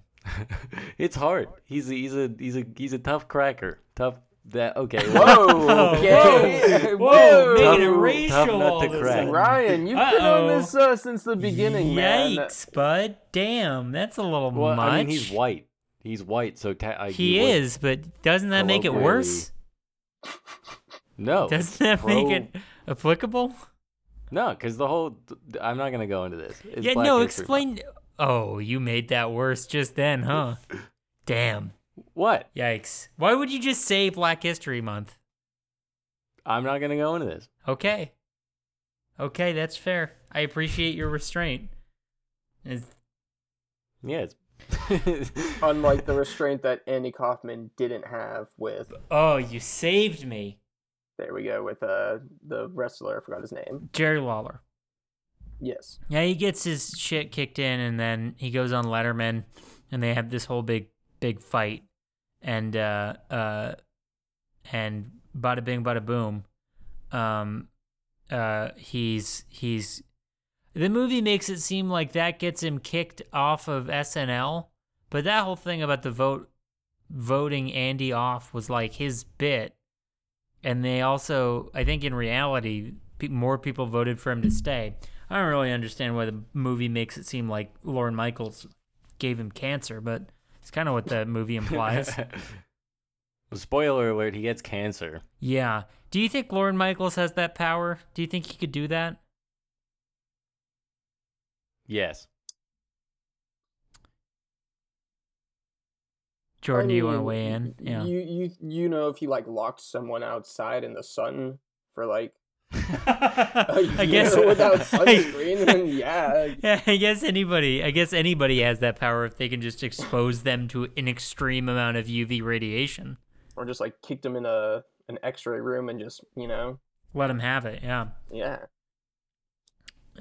[SPEAKER 2] it's hard. He's a, he's a he's a he's a tough cracker, tough That okay. well,
[SPEAKER 3] Whoa. Okay.
[SPEAKER 1] Whoa, whoa,
[SPEAKER 2] Tough-
[SPEAKER 1] making it
[SPEAKER 2] tough
[SPEAKER 1] racial
[SPEAKER 2] nut
[SPEAKER 1] all
[SPEAKER 2] to
[SPEAKER 1] of a
[SPEAKER 2] crack.
[SPEAKER 1] sudden.
[SPEAKER 3] Ryan, you've been on
[SPEAKER 1] Uh-oh.
[SPEAKER 3] this uh, since the beginning, man.
[SPEAKER 1] Yikes, bud. Damn, that's a little
[SPEAKER 2] well,
[SPEAKER 1] much.
[SPEAKER 2] I mean, he's white. He's white, so ta- I,
[SPEAKER 1] He
[SPEAKER 2] would-
[SPEAKER 1] is, but doesn't that make it
[SPEAKER 2] colloquially-
[SPEAKER 1] worse?
[SPEAKER 2] No,
[SPEAKER 1] Doesn't that
[SPEAKER 2] pro-
[SPEAKER 1] make it applicable?
[SPEAKER 2] No, because the whole. th- I'm not gonna go into this. It's
[SPEAKER 1] yeah,
[SPEAKER 2] Black
[SPEAKER 1] no,
[SPEAKER 2] History
[SPEAKER 1] explain.
[SPEAKER 2] Month.
[SPEAKER 1] Oh, you made that worse just then, huh? Damn.
[SPEAKER 2] What?
[SPEAKER 1] Yikes. Why would you just say Black History Month?
[SPEAKER 2] I'm not gonna go into this.
[SPEAKER 1] Okay. Okay, that's fair. I appreciate your restraint. It's-
[SPEAKER 2] Yeah, it's.
[SPEAKER 3] Unlike the restraint that Andy Kaufman didn't have with,
[SPEAKER 1] oh, you saved me.
[SPEAKER 3] there we go, with uh, the wrestler, I forgot his name.
[SPEAKER 1] Jerry Lawler.
[SPEAKER 3] Yes.
[SPEAKER 1] Yeah, he gets his shit kicked in, and then he goes on Letterman, and they have this whole big, big fight, and uh, uh, and bada bing, bada boom, um, uh, he's he's. The movie makes it seem like that gets him kicked off of SNL, but that whole thing about the vote voting Andy off was like his bit, and they also, I think, in reality, pe- more people voted for him to stay. I don't really understand why the movie makes it seem like Lauren Michaels gave him cancer, but it's kind of what the movie implies.
[SPEAKER 2] Spoiler alert: He gets cancer.
[SPEAKER 1] yeah. Do you think Lauren Michaels has that power? Do you think he could do that?
[SPEAKER 2] Yes.
[SPEAKER 1] Jordan, do you want to
[SPEAKER 3] mean,
[SPEAKER 1] weigh in?
[SPEAKER 3] y-
[SPEAKER 1] Yeah.
[SPEAKER 3] You you you know if you like locked someone outside in the sun for like a
[SPEAKER 1] I
[SPEAKER 3] year
[SPEAKER 1] guess
[SPEAKER 3] without sunscreen, then yeah,
[SPEAKER 1] Yeah, I guess anybody. I guess anybody has that power if they can just expose them to an extreme amount of UV radiation.
[SPEAKER 3] or just like kicked him in a an X-ray room and just you know
[SPEAKER 1] Let them have it. Yeah,
[SPEAKER 3] yeah.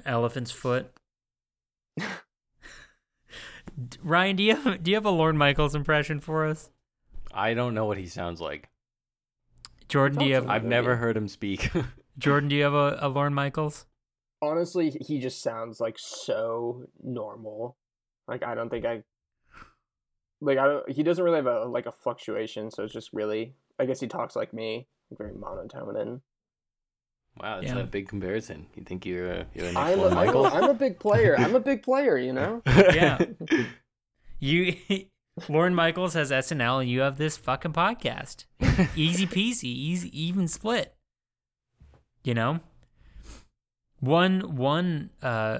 [SPEAKER 1] elephant's foot. D- Ryan, do you have, do you have a Lorne Michaels impression for us?
[SPEAKER 2] I don't know what he sounds like.
[SPEAKER 1] Jordan, do you
[SPEAKER 3] Sounds
[SPEAKER 1] have
[SPEAKER 2] I've
[SPEAKER 3] Okay.
[SPEAKER 2] never heard him speak.
[SPEAKER 1] Jordan? Do you have a, a Lorne Michaels?
[SPEAKER 3] Honestly, he just sounds like so normal. Like I don't think I like I don't. He doesn't really have a like a fluctuation, so it's just really. I guess he talks like me, very monotone and.
[SPEAKER 2] wow, that's
[SPEAKER 1] Yeah.
[SPEAKER 2] a big comparison. You think you're uh, you're an
[SPEAKER 3] I'm a,
[SPEAKER 2] Lauren
[SPEAKER 3] I'm, a,
[SPEAKER 2] Michaels?
[SPEAKER 3] I'm a big player. I'm a big player, you know.
[SPEAKER 1] Yeah. You, Lorne Michaels has SNL, and you have this fucking podcast. Easy peasy, easy even split. You know, one one uh,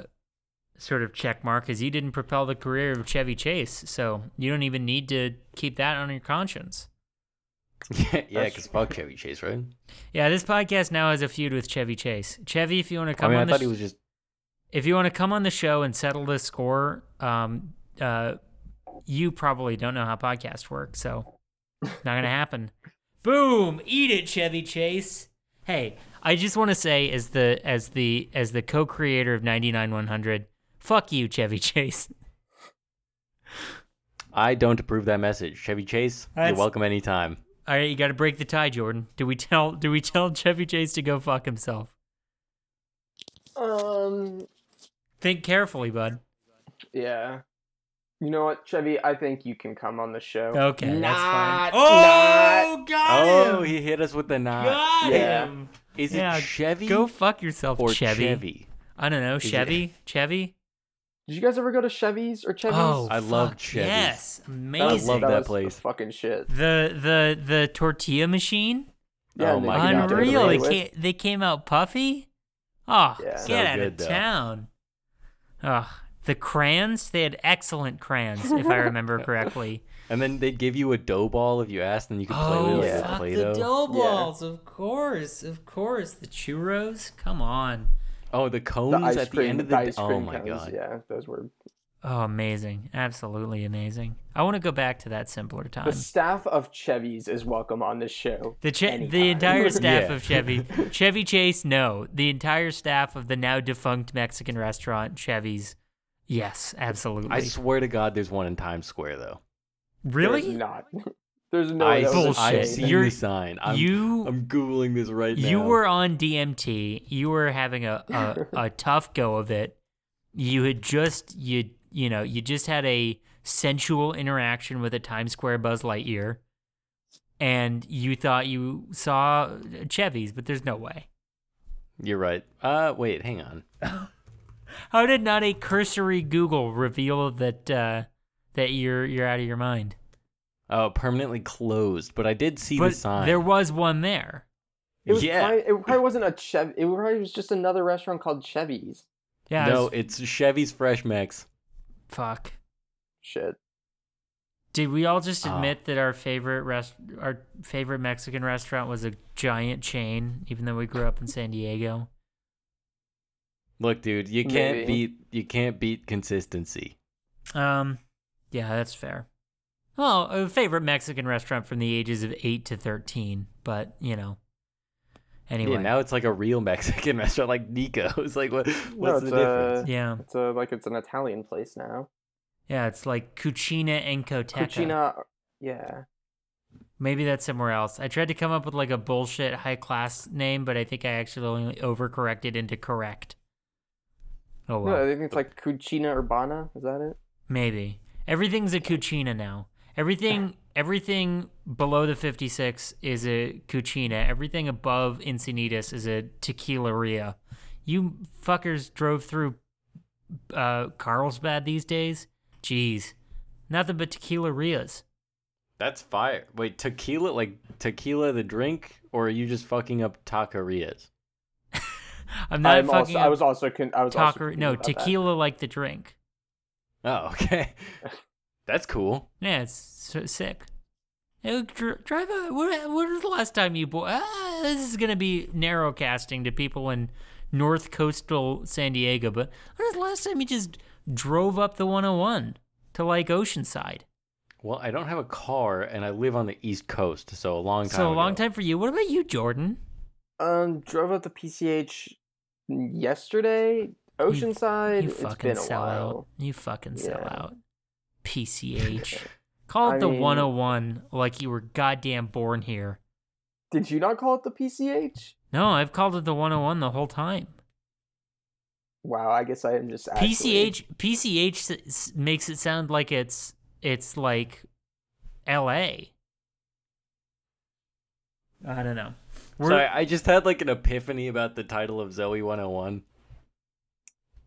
[SPEAKER 1] sort of check mark is you didn't propel the career of Chevy Chase, so you don't even need to keep that on your conscience.
[SPEAKER 2] yeah, yeah,
[SPEAKER 3] That's-
[SPEAKER 2] because fuck Chevy Chase, right?
[SPEAKER 1] Yeah, this podcast now has a feud with Chevy Chase. Chevy, if you want to come
[SPEAKER 2] Oh, I mean, I
[SPEAKER 1] on the
[SPEAKER 2] thought
[SPEAKER 1] sh-
[SPEAKER 2] he was just.
[SPEAKER 1] if you want to come on the show and settle this score, um, uh, you probably don't know how podcasts work, so it's not gonna happen. Boom! Eat it, Chevy Chase. Hey, I just want to say, as the as the as the co-creator of 99100, fuck you, Chevy Chase.
[SPEAKER 2] I don't approve that message. Chevy Chase,
[SPEAKER 1] That's-
[SPEAKER 2] you're welcome anytime.
[SPEAKER 1] All right, you got to break the tie, Jordan. Do we tell do we tell Chevy Chase to go fuck himself?
[SPEAKER 3] Um,
[SPEAKER 1] Think carefully, bud.
[SPEAKER 3] Yeah. You know what, Chevy? I think you can come on the show.
[SPEAKER 1] Okay, that's fine.
[SPEAKER 3] Not-
[SPEAKER 1] Oh, got him!
[SPEAKER 2] Oh, he hit us with the knot.
[SPEAKER 1] Got
[SPEAKER 3] Yeah.
[SPEAKER 1] him!
[SPEAKER 2] Is
[SPEAKER 1] Yeah,
[SPEAKER 2] it Chevy
[SPEAKER 1] Go fuck yourself,
[SPEAKER 2] or
[SPEAKER 1] Chevy.
[SPEAKER 2] Chevy?
[SPEAKER 1] I don't know,
[SPEAKER 2] it-
[SPEAKER 1] Chevy, Chevy.
[SPEAKER 3] Did you guys ever go to Chevy's or Chevy's?
[SPEAKER 1] Oh,
[SPEAKER 2] I love
[SPEAKER 1] fuck,
[SPEAKER 2] Chevys.
[SPEAKER 1] Yes,
[SPEAKER 2] I
[SPEAKER 1] amazing.
[SPEAKER 2] love that
[SPEAKER 3] was the
[SPEAKER 2] place.
[SPEAKER 3] fucking shit.
[SPEAKER 1] the the the tortilla machine.
[SPEAKER 3] Yeah,
[SPEAKER 2] Oh
[SPEAKER 3] and they
[SPEAKER 2] my
[SPEAKER 3] got
[SPEAKER 2] God.
[SPEAKER 3] it out of the
[SPEAKER 1] Unreal.
[SPEAKER 3] way
[SPEAKER 1] They
[SPEAKER 3] with-
[SPEAKER 1] came, they came out puffy. Oh,
[SPEAKER 3] Yeah.
[SPEAKER 1] get
[SPEAKER 3] So
[SPEAKER 1] out of
[SPEAKER 2] good, though.
[SPEAKER 1] town. Oh, the crayons. They had excellent crayons, if I remember correctly.
[SPEAKER 2] And then they'd give you a dough ball if you asked, and you could play
[SPEAKER 1] Oh,
[SPEAKER 2] with it
[SPEAKER 3] Yeah.
[SPEAKER 2] like
[SPEAKER 1] fuck
[SPEAKER 2] Play
[SPEAKER 1] the
[SPEAKER 2] Doh.
[SPEAKER 1] dough
[SPEAKER 3] Yeah.
[SPEAKER 1] balls. Of course, of course. The churros. Come on.
[SPEAKER 2] Oh, the cones
[SPEAKER 3] The ice
[SPEAKER 2] at the
[SPEAKER 3] cream,
[SPEAKER 2] end
[SPEAKER 3] the,
[SPEAKER 2] of the
[SPEAKER 3] ice cream
[SPEAKER 2] Oh my
[SPEAKER 3] cones,
[SPEAKER 2] god.
[SPEAKER 3] Yeah, those were.
[SPEAKER 1] Oh, amazing. Absolutely amazing. I want to go back to that simpler time.
[SPEAKER 3] The staff of Chevy's is welcome on this show.
[SPEAKER 1] The che-
[SPEAKER 3] anytime.
[SPEAKER 1] the entire staff
[SPEAKER 2] Yeah.
[SPEAKER 1] of Chevy Chevy Chase no the entire staff of the now defunct Mexican restaurant Chevy's yes absolutely
[SPEAKER 2] I swear to god there's one in Times Square though.
[SPEAKER 1] really
[SPEAKER 3] There's not. There's no.
[SPEAKER 2] I,
[SPEAKER 3] way that was a
[SPEAKER 2] I've
[SPEAKER 1] Bullshit.
[SPEAKER 2] seen
[SPEAKER 3] Chevy.
[SPEAKER 1] You're-
[SPEAKER 2] the sign. I'm,
[SPEAKER 1] you-
[SPEAKER 2] I'm googling this right now.
[SPEAKER 1] you were on DMT you were having a, a, a tough go of it you had just you you know you just had a sensual interaction with a Times Square Buzz Lightyear and you thought you saw Chevy's, but there's no way.
[SPEAKER 2] You're right. Uh, wait, hang on.
[SPEAKER 1] How did not a cursory Google reveal that uh, that you're you're out of your mind?
[SPEAKER 2] Oh, permanently closed. But I did see
[SPEAKER 1] but
[SPEAKER 2] the sign.
[SPEAKER 1] there was one there.
[SPEAKER 3] It was
[SPEAKER 2] Yeah.
[SPEAKER 3] probably, it probably wasn't a Chevy. It probably was just another restaurant called Chevy's.
[SPEAKER 1] Yeah.
[SPEAKER 2] no,
[SPEAKER 1] it's-
[SPEAKER 2] it's Chevy's Fresh Mix.
[SPEAKER 1] fuck.
[SPEAKER 3] Shit.
[SPEAKER 1] Did we all just
[SPEAKER 2] Oh.
[SPEAKER 1] admit that our favorite rest, our favorite Mexican restaurant was a giant chain, even though we grew up in San Diego?
[SPEAKER 2] Look, dude, you can't
[SPEAKER 3] Maybe.
[SPEAKER 2] beat you can't beat consistency.
[SPEAKER 1] Um, yeah, that's fair. Well, a favorite Mexican restaurant from the ages of eight to thirteen, but you know. Anyway,
[SPEAKER 2] Yeah, now it's like a real Mexican restaurant, like Nico's. Like, what, what's
[SPEAKER 3] it's,
[SPEAKER 2] the
[SPEAKER 3] uh,
[SPEAKER 2] difference?
[SPEAKER 1] yeah,
[SPEAKER 3] It's a, like it's an Italian place now.
[SPEAKER 1] yeah, it's like Cucina Encoteca.
[SPEAKER 3] Cucina. Yeah.
[SPEAKER 1] Maybe that's somewhere else. I tried to come up with like a bullshit high class name, but I think I actually only overcorrected into correct. Oh well,
[SPEAKER 3] No, I think it's like Cucina Urbana. Is that it?
[SPEAKER 1] maybe everything's a Cucina now. Everything, everything below the fifty six is a Cucina. Everything above Encinitas is a tequileria. You fuckers drove through uh, Carlsbad these days. Jeez, nothing but tequilerias.
[SPEAKER 2] That's fire. Wait, tequila, like tequila the drink, or are you just fucking up taquerias?
[SPEAKER 1] I'm not
[SPEAKER 3] I'm
[SPEAKER 1] fucking.
[SPEAKER 3] also, I was also. Con- I was also
[SPEAKER 1] Taquer-
[SPEAKER 3] confused
[SPEAKER 1] no,
[SPEAKER 3] about that.
[SPEAKER 1] tequila like the drink.
[SPEAKER 2] Oh, okay. That's cool.
[SPEAKER 1] Yeah, it's so sick. Hey, dr- drive a, when, when was the last time you boy? Ah, this is gonna be narrow casting to people in North Coastal San Diego. But when was the last time you just drove up the 101 to like Oceanside?
[SPEAKER 2] Well, I don't have a car, and I live on the East Coast, so a long time.
[SPEAKER 1] so a long
[SPEAKER 2] ago.
[SPEAKER 1] time for you. What about you, Jordan?
[SPEAKER 3] Um, drove up to PCH yesterday.
[SPEAKER 1] You-
[SPEAKER 3] Oceanside.
[SPEAKER 1] you
[SPEAKER 3] it's
[SPEAKER 1] fucking
[SPEAKER 3] been a
[SPEAKER 1] sell out.
[SPEAKER 3] while.
[SPEAKER 1] You fucking sell
[SPEAKER 3] Yeah.
[SPEAKER 1] out. PCH. Call it
[SPEAKER 3] I
[SPEAKER 1] the
[SPEAKER 3] mean-
[SPEAKER 1] 101 like you were goddamn born here.
[SPEAKER 3] Did you not call it the PCH?
[SPEAKER 1] No, I've called it the 101 the whole time.
[SPEAKER 3] Wow. I guess I am just actually-
[SPEAKER 1] PCH PCH s- s- makes it sound like it's it's like L.A. I don't know. We're,
[SPEAKER 2] Sorry, I just had like an epiphany about the title of Zoe 101.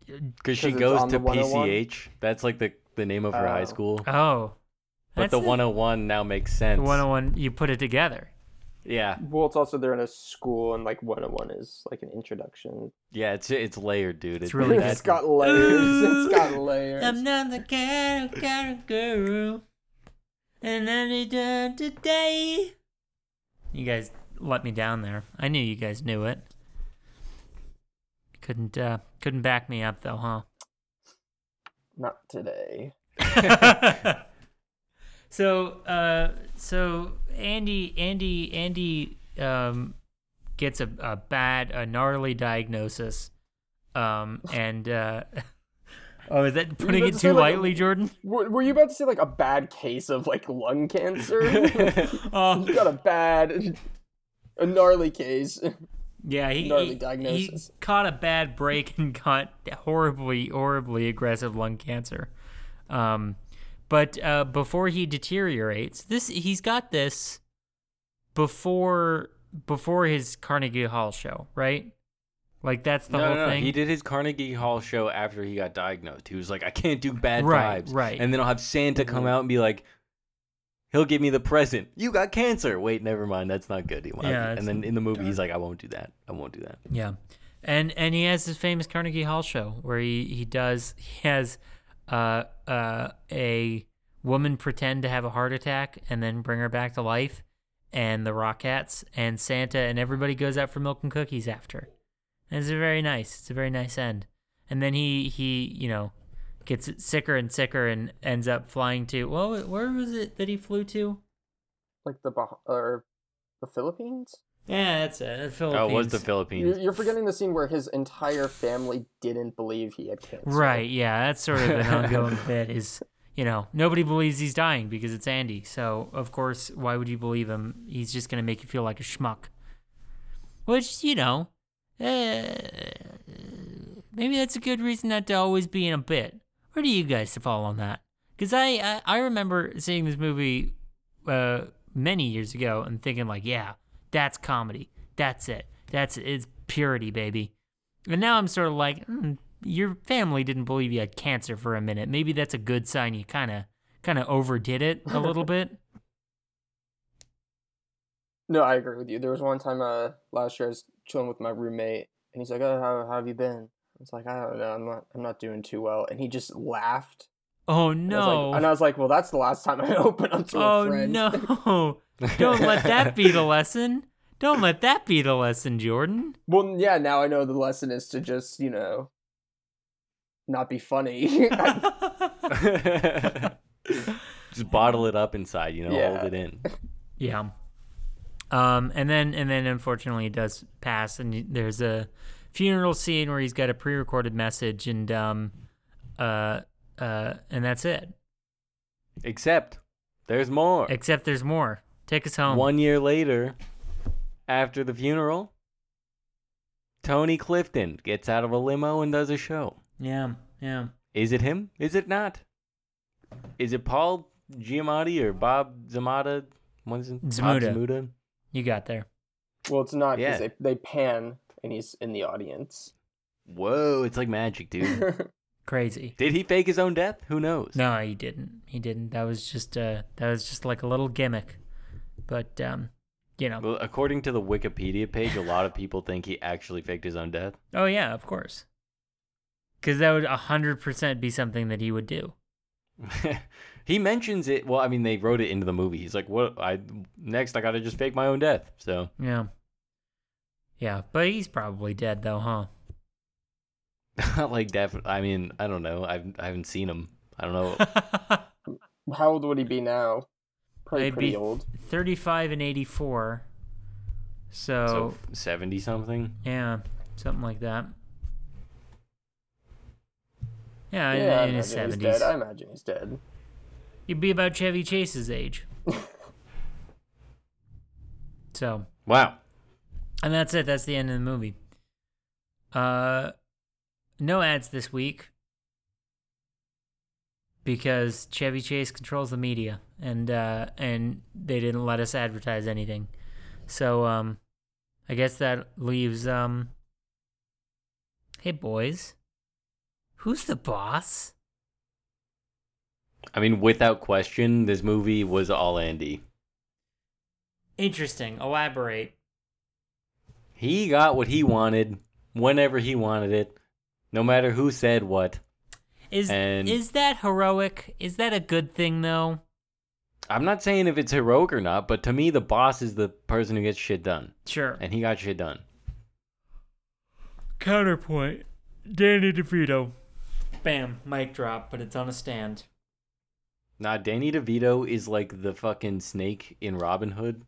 [SPEAKER 2] Because she
[SPEAKER 3] 'Cause it's
[SPEAKER 2] goes
[SPEAKER 3] on
[SPEAKER 2] to
[SPEAKER 3] the 101?
[SPEAKER 2] PCH. That's like the, the name of her high
[SPEAKER 3] Oh.
[SPEAKER 2] school.
[SPEAKER 1] oh,
[SPEAKER 2] but
[SPEAKER 1] that's
[SPEAKER 2] the
[SPEAKER 1] it.
[SPEAKER 2] 101 now makes
[SPEAKER 1] The
[SPEAKER 2] sense.
[SPEAKER 1] 101. You put it together.
[SPEAKER 2] Yeah.
[SPEAKER 3] Well, it's also they're in a school, and like 101 is like an introduction.
[SPEAKER 2] Yeah, it's it's layered, dude.
[SPEAKER 1] It's really
[SPEAKER 2] that-
[SPEAKER 3] it's got layers. It's got layers.
[SPEAKER 1] not the kind of, kind of girl, and I'm done today. You guys let me down there. I knew you guys knew it. Couldn't uh, couldn't back me up though, huh?
[SPEAKER 3] Not today.
[SPEAKER 1] so uh so andy andy andy um gets a, a bad a gnarly diagnosis um and uh oh is that putting
[SPEAKER 3] about
[SPEAKER 1] it too
[SPEAKER 3] to say, like,
[SPEAKER 1] lightly jordan
[SPEAKER 3] Were, were you about to say like a bad case of like lung cancer?
[SPEAKER 1] oh
[SPEAKER 3] you got a bad, a gnarly case.
[SPEAKER 1] yeah he,
[SPEAKER 3] gnarly
[SPEAKER 1] he,
[SPEAKER 3] diagnosis.
[SPEAKER 1] he caught a bad break and got horribly horribly aggressive lung cancer um but uh before he deteriorates this he's got this before before his Carnegie Hall show, right? Like that's the
[SPEAKER 2] no,
[SPEAKER 1] whole
[SPEAKER 2] no, no,
[SPEAKER 1] thing.
[SPEAKER 2] He did his Carnegie Hall show after he got diagnosed. He was like, I can't do bad
[SPEAKER 1] Right,
[SPEAKER 2] vibes.
[SPEAKER 1] right. Mm-hmm.
[SPEAKER 2] And then I'll have Santa come out and be like, he'll give me the present. You got cancer. Wait, never mind. That's not good. He won't.
[SPEAKER 1] Yeah, it's-
[SPEAKER 2] and then in the movie, he's like, I won't do that. I won't do that.
[SPEAKER 1] Yeah, and and he has his famous Carnegie Hall show where he he does he has uh uh a woman pretend to have a heart attack and then bring her back to life, and the Rockettes and Santa and everybody goes out for milk and cookies after. And it's a very nice. It's a very nice end. And then he he you know gets sicker and sicker and ends up flying to well where was it that he flew to
[SPEAKER 3] Like the bah- or the Philippines.
[SPEAKER 1] Yeah, that's it.
[SPEAKER 2] Oh,
[SPEAKER 1] Philippines.
[SPEAKER 2] it was the
[SPEAKER 3] You're,
[SPEAKER 2] Philippines.
[SPEAKER 3] you're forgetting the scene where his entire family didn't believe he had cancer.
[SPEAKER 1] Right, yeah, that's sort of an ongoing bit is, you know, nobody believes he's dying because it's Andy. So, of course, why would you believe him? He's just going to make you feel like a schmuck. Which, you know, eh, maybe that's a good reason not to always be in a bit. Where do you guys fall on that? Because I, I, I remember seeing this movie uh, many years ago and thinking like, yeah, that's comedy. That's it. That's it's purity, baby. And now I'm sort of like, mm, your family didn't believe you had cancer for a minute. Maybe that's a good sign. You kind of kind of overdid it a little bit.
[SPEAKER 3] No, I agree with you. There was one time uh, last year I was chilling with my roommate, and he's like, "Oh, how, how have you been?" I was like, "I don't know. I'm not. I'm not doing too well." And he just laughed.
[SPEAKER 1] Oh
[SPEAKER 3] And I was
[SPEAKER 1] no!
[SPEAKER 3] like- and I was like, "Well, that's the last time I open up to a
[SPEAKER 1] oh
[SPEAKER 3] friend."
[SPEAKER 1] no! Don't let that be the lesson. Don't let that be the lesson, Jordan.
[SPEAKER 3] Well, yeah. Now I know the lesson is to just you know, not be funny.
[SPEAKER 2] Just bottle it up inside, you know,
[SPEAKER 3] Yeah.
[SPEAKER 2] hold it in.
[SPEAKER 1] Yeah. Um, and then and then unfortunately it does pass, and y- there's a funeral scene where he's got a pre-recorded message, and um, uh, uh, and that's it.
[SPEAKER 2] Except there's more.
[SPEAKER 1] Except there's more. Take us home.
[SPEAKER 2] One year later, after the funeral, Tony Clifton gets out of a limo and does a show.
[SPEAKER 1] Yeah, yeah.
[SPEAKER 2] Is it him? Is it not? Is it Paul Giamatti or Bob Zamata? What is it? Bob
[SPEAKER 1] Zmuda.
[SPEAKER 2] Zmuda?
[SPEAKER 1] You got there.
[SPEAKER 3] well, it's not
[SPEAKER 2] Yeah.
[SPEAKER 3] because they they pan and he's in the audience.
[SPEAKER 2] Whoa, it's like magic, dude.
[SPEAKER 1] Crazy.
[SPEAKER 2] Did he fake his own death? Who knows?
[SPEAKER 1] No, he didn't. He didn't. That was just uh, that was just like a little gimmick. But um, you know.
[SPEAKER 2] Well, according to the Wikipedia page, a lot of people think he actually faked his own death.
[SPEAKER 1] Oh yeah, of course. Because that would hundred percent be something that he would do.
[SPEAKER 2] he mentions it. Well, I mean, they wrote it into the movie. He's like, "What? I next, I gotta just fake my own death." So
[SPEAKER 1] Yeah. Yeah, but he's probably dead though, huh?
[SPEAKER 2] not like death. I mean, I don't know. I've I haven't seen him. I don't know.
[SPEAKER 3] How old would he be now? Probably
[SPEAKER 1] I'd
[SPEAKER 3] pretty
[SPEAKER 1] be
[SPEAKER 3] old.
[SPEAKER 1] Thirty-five and eighty-four. So,
[SPEAKER 2] so seventy something.
[SPEAKER 1] yeah, something like that. Yeah, in-
[SPEAKER 3] yeah, I
[SPEAKER 1] in, his
[SPEAKER 3] imagine he's
[SPEAKER 1] seventies,
[SPEAKER 3] dead. I imagine he's dead.
[SPEAKER 1] he'd be about Chevy Chase's age. so,
[SPEAKER 2] Wow.
[SPEAKER 1] and that's it. That's the end of the movie. Uh, no ads this week because Chevy Chase controls the media, and uh, and they didn't let us advertise anything. So um, I guess that leaves um. Hey boys, who's the boss?
[SPEAKER 2] I mean, without question, this movie was all Andy.
[SPEAKER 1] Interesting. Elaborate.
[SPEAKER 2] He got what he wanted whenever he wanted it, no matter who said what.
[SPEAKER 1] Is
[SPEAKER 2] And-
[SPEAKER 1] is that heroic? Is that a good thing though?
[SPEAKER 2] I'm not saying if it's heroic or not, but to me, the boss is the person who gets shit done,
[SPEAKER 1] Sure.
[SPEAKER 2] and he got shit done.
[SPEAKER 1] Counterpoint. Danny DeVito. Bam. Mic drop, but it's on a stand.
[SPEAKER 2] Nah, Danny DeVito is like the fucking snake in Robin Hood,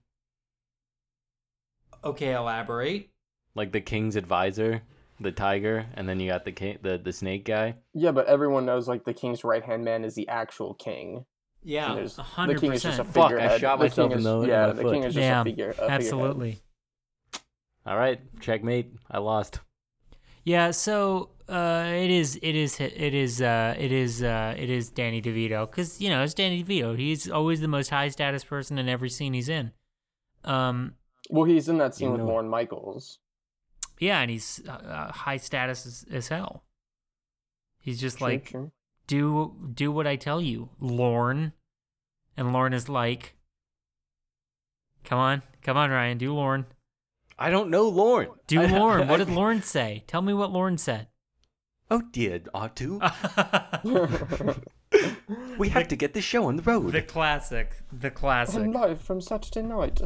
[SPEAKER 1] Okay, elaborate.
[SPEAKER 2] like the king's advisor, the tiger, and then you got the king, the, the snake guy.
[SPEAKER 3] Yeah, but everyone knows like the king's right hand man is the actual king.
[SPEAKER 1] Yeah,
[SPEAKER 3] And there's-
[SPEAKER 1] a hundred
[SPEAKER 3] The king is just a
[SPEAKER 1] percent.
[SPEAKER 2] Fuck, I
[SPEAKER 3] figurehead.
[SPEAKER 2] shot
[SPEAKER 3] The king
[SPEAKER 2] myself in
[SPEAKER 3] is-
[SPEAKER 2] the- in
[SPEAKER 3] yeah.
[SPEAKER 2] my
[SPEAKER 3] the
[SPEAKER 2] foot.
[SPEAKER 3] king is just
[SPEAKER 1] Yeah,
[SPEAKER 3] a figure. a figurehead.
[SPEAKER 1] Absolutely.
[SPEAKER 2] All right, checkmate. I lost.
[SPEAKER 1] Yeah. So uh, it is. It is. It is. Uh, it is. Uh, it is Danny DeVito because you know it's Danny DeVito. He's always the most high status person in every scene he's in. Um.
[SPEAKER 3] Well, he's in that scene
[SPEAKER 2] You
[SPEAKER 3] with
[SPEAKER 2] know it.
[SPEAKER 3] Lorne Michaels.
[SPEAKER 1] Yeah, and he's uh, uh, high status as, as hell. He's just
[SPEAKER 3] True,
[SPEAKER 1] like
[SPEAKER 3] true.
[SPEAKER 1] do do what I tell you, Lorne. And Lorne is like, come on, come on, Ryan, do Lorne,
[SPEAKER 2] I don't know Lauren.
[SPEAKER 1] do
[SPEAKER 2] I-
[SPEAKER 1] Lorne. What
[SPEAKER 2] I-
[SPEAKER 1] did Lorne say? Tell me what Lorne said.
[SPEAKER 2] Oh dear, R2.
[SPEAKER 1] the
[SPEAKER 2] we have to get this show on the road.
[SPEAKER 1] classic, the
[SPEAKER 3] I'm
[SPEAKER 1] classic.
[SPEAKER 3] live from Saturday night.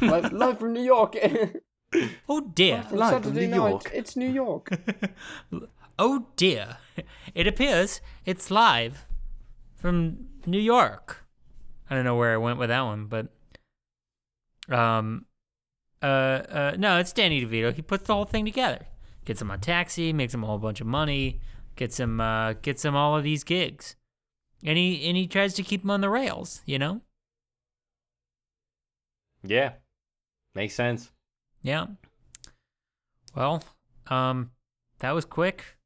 [SPEAKER 3] live, live from New York.
[SPEAKER 1] Oh dear,
[SPEAKER 3] from
[SPEAKER 2] Live from
[SPEAKER 3] Saturday
[SPEAKER 2] New
[SPEAKER 3] night.
[SPEAKER 2] York.
[SPEAKER 3] It's New York.
[SPEAKER 1] oh dear. It appears it's live from New York. I don't know where I went with that one, but um, uh, uh, no, it's Danny DeVito. He puts the whole thing together. Gets him a taxi, makes him a whole bunch of money, gets him, uh, gets him all of these gigs, and he and he tries to keep him on the rails. You know,
[SPEAKER 2] yeah, makes sense.
[SPEAKER 1] yeah. Well, um, that was quick.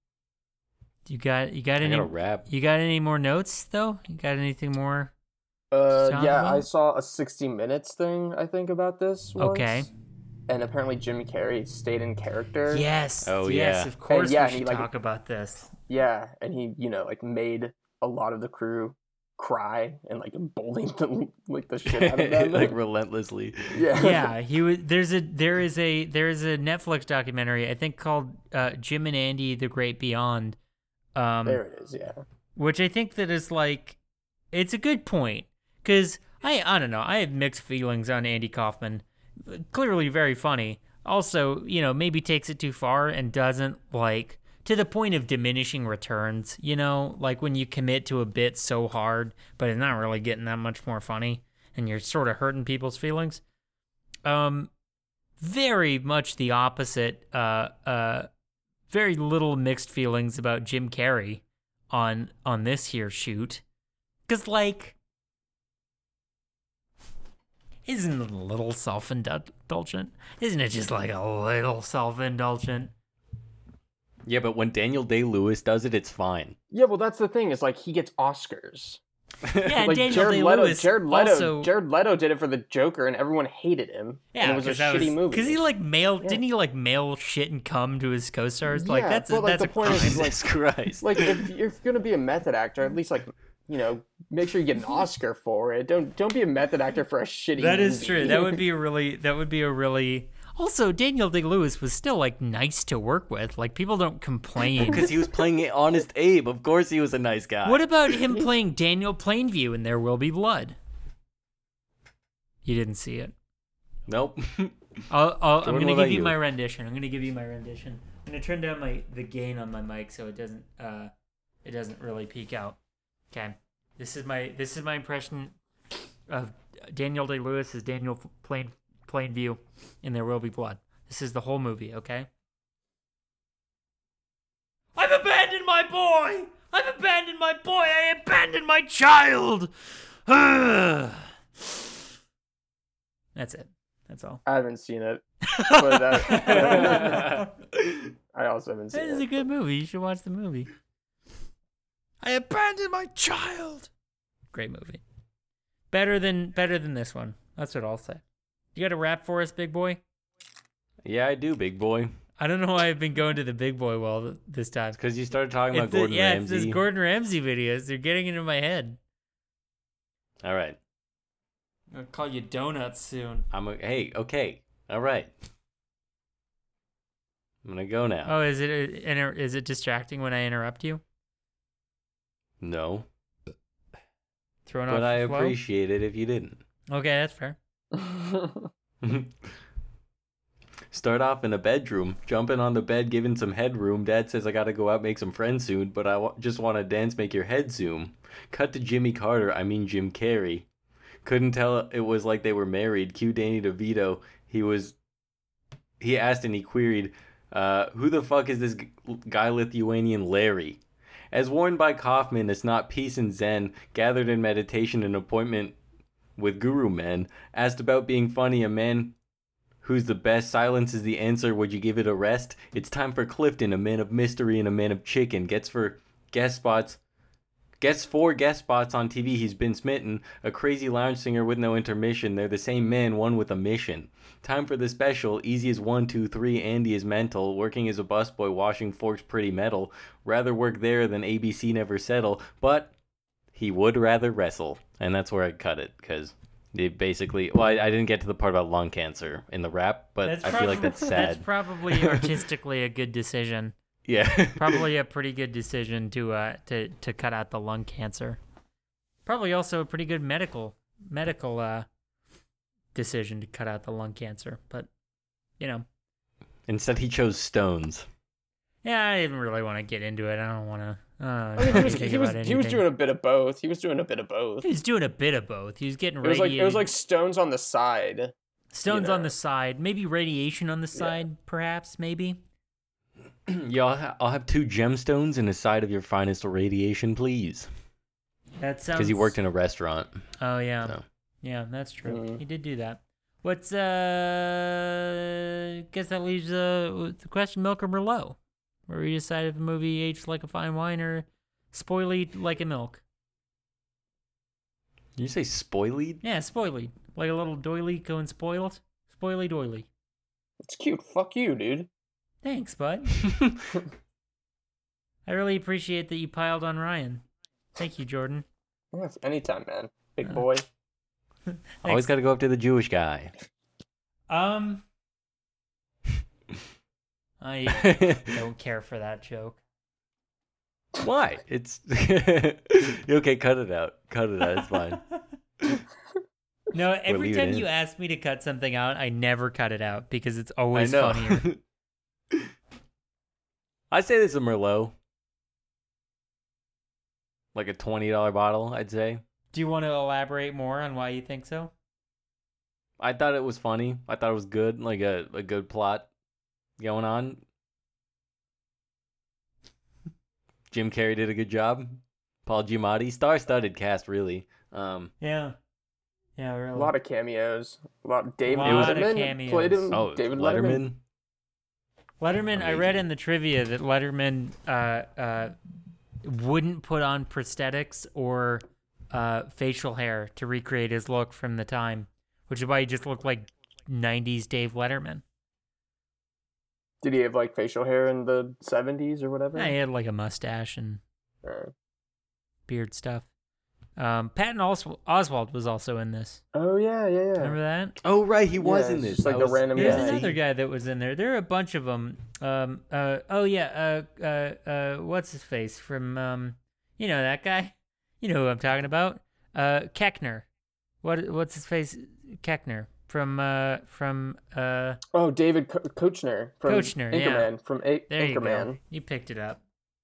[SPEAKER 1] You got you got
[SPEAKER 2] I
[SPEAKER 1] any
[SPEAKER 2] got a wrap.
[SPEAKER 1] You got any more notes though? You got anything more
[SPEAKER 3] Uh,
[SPEAKER 1] Sound
[SPEAKER 3] yeah,
[SPEAKER 1] well?
[SPEAKER 3] I saw a 60 Minutes thing, I think, about this. Once,
[SPEAKER 1] Okay.
[SPEAKER 3] And apparently Jimmy Carrey stayed in character.
[SPEAKER 1] Yes.
[SPEAKER 2] Oh,
[SPEAKER 1] yes,
[SPEAKER 2] yeah.
[SPEAKER 1] Of course,
[SPEAKER 3] Uh, yeah,
[SPEAKER 1] we
[SPEAKER 3] and
[SPEAKER 1] should
[SPEAKER 3] he, like-
[SPEAKER 1] talk about this.
[SPEAKER 3] Yeah, and he, you know, like made a lot of the crew cry and like bullied them, like the shit out of them.
[SPEAKER 2] like relentlessly.
[SPEAKER 3] yeah.
[SPEAKER 1] yeah, he was. There's a there is a there is a Netflix documentary I think called uh, Jim and Andy: The Great Beyond, um,
[SPEAKER 3] There it is, yeah.
[SPEAKER 1] which I think that is like, it's a good point because I I don't know I have mixed feelings on Andy Kaufman. Clearly very funny. Also, you know, maybe takes it too far and doesn't like to the point of diminishing returns. You know, like when you commit to a bit so hard, but it's not really getting that much more funny, and you're sort of hurting people's feelings. Um, very much the opposite. Uh, uh, very little mixed feelings about Jim Carrey on on this here shoot because like isn't it a little self-indulgent isn't it just like a little self-indulgent
[SPEAKER 2] Yeah, but when Daniel Day Lewis does it, it's fine.
[SPEAKER 3] Yeah, well, that's the thing is like he gets Oscars.
[SPEAKER 1] yeah and
[SPEAKER 3] like
[SPEAKER 1] daniel
[SPEAKER 3] Jared
[SPEAKER 1] day
[SPEAKER 3] Leto,
[SPEAKER 1] lewis
[SPEAKER 3] Jared Leto,
[SPEAKER 1] also
[SPEAKER 3] Jared Leto did it for the Joker, and everyone hated him. and
[SPEAKER 1] yeah,
[SPEAKER 3] it was a
[SPEAKER 1] 'cause that
[SPEAKER 3] shitty movie.
[SPEAKER 1] Because he like mailed,
[SPEAKER 3] Yeah.
[SPEAKER 1] didn't he like mail shit and cum to his co-stars? like
[SPEAKER 3] Yeah,
[SPEAKER 1] that's a,
[SPEAKER 3] but, like,
[SPEAKER 1] that's
[SPEAKER 3] the
[SPEAKER 1] a
[SPEAKER 3] point is,
[SPEAKER 1] crime.
[SPEAKER 3] is, like-
[SPEAKER 2] Jesus Christ.
[SPEAKER 3] like if you're gonna be a method actor, at least like you know, make sure you get an Oscar for it. Don't don't be a method actor for a shitty.
[SPEAKER 1] That is
[SPEAKER 3] movie.
[SPEAKER 1] true. That would be a really that would be a really also Daniel Day Lewis was still like nice to work with. Like people don't complain.
[SPEAKER 2] Because he was playing Honest Abe. Of course he was a nice guy.
[SPEAKER 1] what about him playing Daniel Plainview in There Will Be Blood? You didn't see it.
[SPEAKER 2] nope.
[SPEAKER 1] I'll, I'll, I'm going
[SPEAKER 2] Jordan, what
[SPEAKER 1] to
[SPEAKER 2] about
[SPEAKER 1] give you
[SPEAKER 2] you?
[SPEAKER 1] my rendition. I'm going to give you my rendition. I'm going to turn down my the gain on my mic so it doesn't uh it doesn't really peek out. Okay. This is my this is my impression of Daniel Day Lewis as Daniel Plain Plainview in There Will Be Blood. This is the whole movie, okay? I've abandoned my boy. I've abandoned my boy. I abandoned my child. That's it. That's all.
[SPEAKER 3] I haven't seen it. But that, I also haven't
[SPEAKER 1] That is
[SPEAKER 3] seen
[SPEAKER 1] a
[SPEAKER 3] it.
[SPEAKER 1] good movie. You should watch the movie. I abandoned my child. Great movie. Better than better than this one. That's what I'll say. You got a rap for us, big boy?
[SPEAKER 2] yeah, I do, big boy.
[SPEAKER 1] I don't know why I've been going to the big boy well th- this time.
[SPEAKER 2] Because you started talking about
[SPEAKER 1] It's the-
[SPEAKER 2] Gordon
[SPEAKER 1] yeah,
[SPEAKER 2] Ramsay.
[SPEAKER 1] it's those Gordon Ramsay videos. They're getting into my head.
[SPEAKER 2] All right.
[SPEAKER 1] I'm gonna call you donuts soon.
[SPEAKER 2] I'm a, hey, okay. All right. I'm going to go now.
[SPEAKER 1] Oh, is it inter- is it distracting when I interrupt you?
[SPEAKER 2] no.
[SPEAKER 1] Throwing off
[SPEAKER 2] But I
[SPEAKER 1] your flow?
[SPEAKER 2] appreciate it if you didn't.
[SPEAKER 1] Okay, that's fair.
[SPEAKER 2] Start off in a bedroom, jumping on the bed, giving some headroom. Dad says I gotta go out, make some friends soon, but I w- just wanna dance, make your head zoom. Cut to Jimmy Carter, I mean Jim Carrey. Couldn't tell it was like they were married. Cue Danny DeVito. He was. He asked and he queried, uh, "Who the fuck is this g- guy Lithuanian Larry?" As warned by Kaufman, it's not peace and zen, gathered in meditation, an appointment with guru men. Asked about being funny, a man Who's the best? Silence is the answer. Would you give it a rest? It's time for Clifton, a man of mystery and a man of chicken. Gets for guest spots. Gets four guest spots on TV. He's been smitten. A crazy lounge singer with no intermission. They're the same man, one with a mission. Time for the special. Easy as one, two, three. Andy is mental. Working as a busboy, washing forks, pretty metal. Rather work there than ABC never settle. But he would rather wrestle. And that's where I cut it because it basically. Well, I, I didn't get to the part about lung cancer in the rap, but
[SPEAKER 1] That's
[SPEAKER 2] I feel like
[SPEAKER 1] probab-
[SPEAKER 2] that's sad.
[SPEAKER 1] That's probably artistically a good decision.
[SPEAKER 2] yeah.
[SPEAKER 1] probably a pretty good decision to uh to to cut out the lung cancer. Probably also a pretty good medical medical uh decision to cut out the lung cancer, but you know,
[SPEAKER 2] Instead, he chose stones.
[SPEAKER 1] yeah, I didn't really want to get into it. I don't want to. Uh,
[SPEAKER 3] I mean, he was,
[SPEAKER 1] think
[SPEAKER 3] he, was,
[SPEAKER 1] about
[SPEAKER 3] he was
[SPEAKER 1] anything.
[SPEAKER 3] doing a bit of both. He was doing a bit of both.
[SPEAKER 1] He was doing a bit of both. He was getting
[SPEAKER 3] It was like
[SPEAKER 1] radiated.
[SPEAKER 3] it was like stones on the side.
[SPEAKER 1] stones
[SPEAKER 3] you
[SPEAKER 1] on
[SPEAKER 3] know.
[SPEAKER 1] the side, maybe radiation on the side, perhaps, maybe.
[SPEAKER 2] yeah, I'll, Hmm, ha- I'll have two gemstones and a side of your finest irradiation, please.
[SPEAKER 1] That sounds.
[SPEAKER 2] Because he worked in a restaurant.
[SPEAKER 1] Oh yeah.
[SPEAKER 2] So.
[SPEAKER 1] Yeah, that's true.
[SPEAKER 3] Mhm.
[SPEAKER 1] He did do that. What's uh? Guess that leaves uh with the question: Milk or Merlot, where we decide if a movie aged like a fine wine or spoily like a milk.
[SPEAKER 2] Did you say spoilied?
[SPEAKER 1] Yeah, spoily. Like a little doily going spoiled. Spoily doily.
[SPEAKER 3] It's cute. Fuck you, dude.
[SPEAKER 1] Thanks, bud. I really appreciate that you piled on Ryan. Thank you, Jordan.
[SPEAKER 3] Yes, anytime, man. Big boy.
[SPEAKER 2] Always got to go up to the Jewish guy.
[SPEAKER 1] Um I don't care for that joke.
[SPEAKER 2] Why? It's okay. Cut it out. Cut it out. It's fine.
[SPEAKER 1] No, every
[SPEAKER 2] leave it
[SPEAKER 1] time
[SPEAKER 2] in.
[SPEAKER 1] you ask me to cut something out, I never cut it out because it's always
[SPEAKER 2] I know.
[SPEAKER 1] funnier.
[SPEAKER 2] I say this is a Merlot, like a twenty dollar bottle. I'd say.
[SPEAKER 1] Do you want to elaborate more on why you think so?
[SPEAKER 2] I thought it was funny. I thought it was good, like a, a good plot going on. Jim Carrey did a good job. Paul Giamatti, star-studded cast, really. Um,
[SPEAKER 1] Yeah. Yeah,
[SPEAKER 3] A
[SPEAKER 1] really.
[SPEAKER 3] lot of cameos. A lot. David
[SPEAKER 1] Lot
[SPEAKER 2] of
[SPEAKER 3] Letterman
[SPEAKER 1] cameos.
[SPEAKER 3] played him.
[SPEAKER 2] oh,
[SPEAKER 3] David Letterman.
[SPEAKER 2] Letterman.
[SPEAKER 1] Letterman, I read
[SPEAKER 2] Amazing.
[SPEAKER 1] in the trivia that Letterman uh, uh, wouldn't put on prosthetics or uh, facial hair to recreate his look from the time, which is why he just looked like 90s Dave Letterman.
[SPEAKER 3] Did he have like facial hair in the seventies or whatever?
[SPEAKER 1] Yeah, he had like a mustache and
[SPEAKER 3] Uh,
[SPEAKER 1] beard stuff. Um, Patton Os- Oswald was also in this.
[SPEAKER 3] Oh yeah, yeah, yeah.
[SPEAKER 1] Remember that?
[SPEAKER 2] Oh, right, he was in
[SPEAKER 3] Yeah, it's
[SPEAKER 2] this.
[SPEAKER 3] just like
[SPEAKER 2] I
[SPEAKER 3] the
[SPEAKER 2] was-
[SPEAKER 3] random
[SPEAKER 1] There's
[SPEAKER 3] Yeah, he-
[SPEAKER 1] another guy that was in there. There are a bunch of them. Um, uh, oh yeah. Uh, uh, uh, what's his face from? Um, you know that guy. You know who I'm talking about. Uh, Keckner. What? What's his face? Keckner from uh from uh.
[SPEAKER 3] Oh, David Ko- Kochner from
[SPEAKER 1] Kochner, yeah.
[SPEAKER 3] Anchorman from A-
[SPEAKER 1] There you
[SPEAKER 3] Anchorman.
[SPEAKER 1] go. You picked it up.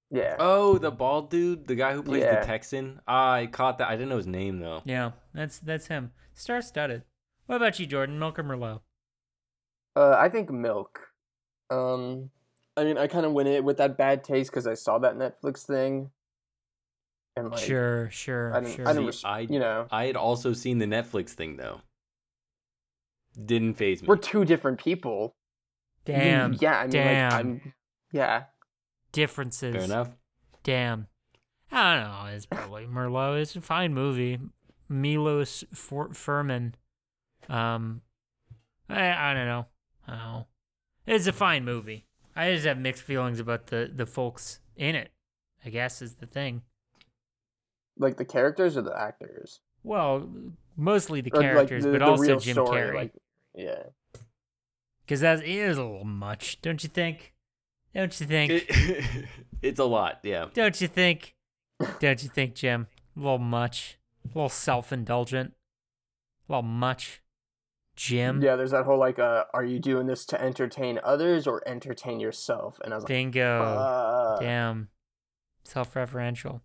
[SPEAKER 3] Yeah.
[SPEAKER 2] Oh, the bald dude, the guy who plays
[SPEAKER 3] Yeah.
[SPEAKER 2] the Texan. Ah, I caught that. I didn't know his name though.
[SPEAKER 1] Yeah, that's that's him. Star studded. What about you, Jordan? Milk or Merlot?
[SPEAKER 3] Uh, I think milk. Um, I mean, I kind of went in with that bad taste because I saw that Netflix thing, and like,
[SPEAKER 1] sure, sure,
[SPEAKER 3] I didn't,
[SPEAKER 1] sure.
[SPEAKER 3] I didn't,
[SPEAKER 2] See,
[SPEAKER 3] res-
[SPEAKER 2] I-
[SPEAKER 3] you know,
[SPEAKER 2] I had also seen the Netflix thing though. Didn't phase me.
[SPEAKER 3] we're two different people. You-
[SPEAKER 1] Damn.
[SPEAKER 3] Yeah, I mean,
[SPEAKER 1] damn.
[SPEAKER 3] like, I'm, yeah,
[SPEAKER 1] Differences.
[SPEAKER 2] Fair enough.
[SPEAKER 1] Damn. I don't know. It's probably Merlot. It's a fine movie. Milos For- Furman. Um, I, I don't know. I don't know. It's a fine movie. I just have mixed feelings about the, the folks in it, I guess, is the thing.
[SPEAKER 3] like the characters or the actors,
[SPEAKER 1] Well, mostly the
[SPEAKER 3] Or, like,
[SPEAKER 1] characters,
[SPEAKER 3] the-
[SPEAKER 1] but
[SPEAKER 3] the
[SPEAKER 1] also
[SPEAKER 3] real
[SPEAKER 1] Jim
[SPEAKER 3] story,
[SPEAKER 1] Carrey.
[SPEAKER 3] like, yeah,
[SPEAKER 1] Because that is a little much, don't you think? Don't you think?
[SPEAKER 2] It- it's a lot, yeah.
[SPEAKER 1] Don't you think? Don't you think, Jim? A little much. A little self indulgent. A little much. Jim?
[SPEAKER 3] yeah. There's that whole like, uh, are you doing this to entertain others or entertain yourself? And I was like,
[SPEAKER 1] Bingo.
[SPEAKER 3] uh,
[SPEAKER 1] Damn. Self referential.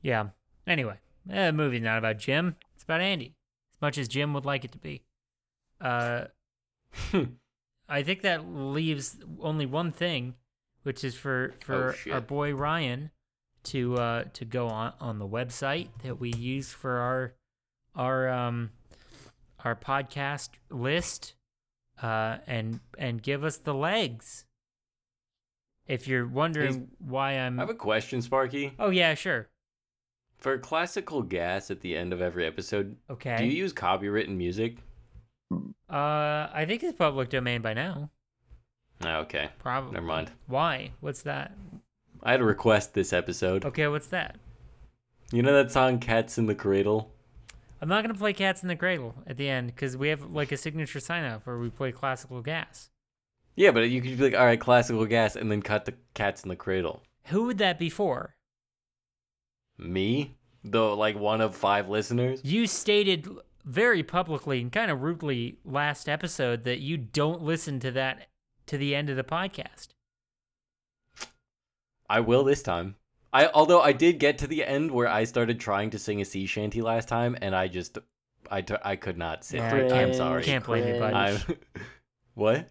[SPEAKER 1] Yeah. Anyway, eh, the movie's not about Jim. It's about Andy, as much as Jim would like it to be. Uh, I think that leaves only one thing, which is for
[SPEAKER 2] Oh,
[SPEAKER 1] for
[SPEAKER 2] shit.
[SPEAKER 1] our boy Ryan to uh to go on on the website that we use for our our um our podcast list uh and and give us the legs. If you're wondering why I'm
[SPEAKER 2] I have a question, Sparky.
[SPEAKER 1] Oh yeah, sure.
[SPEAKER 2] For classical gas at the end of every episode,
[SPEAKER 1] Okay.
[SPEAKER 2] do you use copywritten music?
[SPEAKER 1] uh I think it's public domain by now.
[SPEAKER 2] Ah, okay.
[SPEAKER 1] Probably.
[SPEAKER 2] Never mind.
[SPEAKER 1] Why? What's that?
[SPEAKER 2] I had a request this episode.
[SPEAKER 1] Okay, what's that?
[SPEAKER 2] You know that song Cats in the Cradle?
[SPEAKER 1] I'm not gonna play Cats in the Cradle at the end because we have like a signature sign off where we play classical gas.
[SPEAKER 2] Yeah, but you could be like, all right, classical gas, and then cut the Cats in the Cradle.
[SPEAKER 1] Who would that be for?
[SPEAKER 2] Me? Though, like one of five listeners?
[SPEAKER 1] You stated very publicly and kind of rudely last episode that you don't listen to that to the end of the podcast.
[SPEAKER 2] I will this time. I although I did get to the end where I started trying to sing a sea shanty last time, and I just, I, t- I could not sing.
[SPEAKER 1] Yeah, I
[SPEAKER 2] it. I'm
[SPEAKER 1] can't-
[SPEAKER 2] sorry.
[SPEAKER 1] can't blame you, bud.
[SPEAKER 2] I'm, what?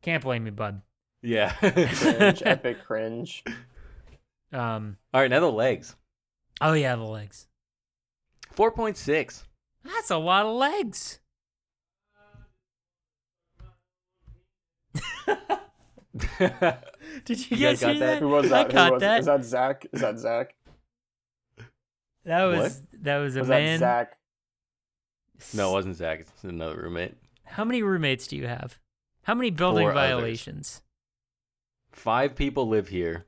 [SPEAKER 1] Can't blame me, bud.
[SPEAKER 2] Yeah.
[SPEAKER 3] cringe, epic cringe.
[SPEAKER 1] Um.
[SPEAKER 2] All right, now the legs.
[SPEAKER 1] Oh yeah, the legs.
[SPEAKER 2] 4.6.
[SPEAKER 1] That's a lot of legs. Did you,
[SPEAKER 2] You
[SPEAKER 1] guys
[SPEAKER 2] guys got
[SPEAKER 1] hear
[SPEAKER 2] that?
[SPEAKER 1] that?
[SPEAKER 3] Who was that?
[SPEAKER 1] I
[SPEAKER 3] Who
[SPEAKER 1] caught
[SPEAKER 3] was,
[SPEAKER 1] that.
[SPEAKER 3] Is that Zach? Is that Zach?
[SPEAKER 1] That was That was a
[SPEAKER 3] Was that
[SPEAKER 1] man.
[SPEAKER 3] Zach?
[SPEAKER 2] No, it wasn't Zach. It's another roommate.
[SPEAKER 1] How many roommates do you have? How many building
[SPEAKER 2] Four others.
[SPEAKER 1] violations?
[SPEAKER 2] Five people live here.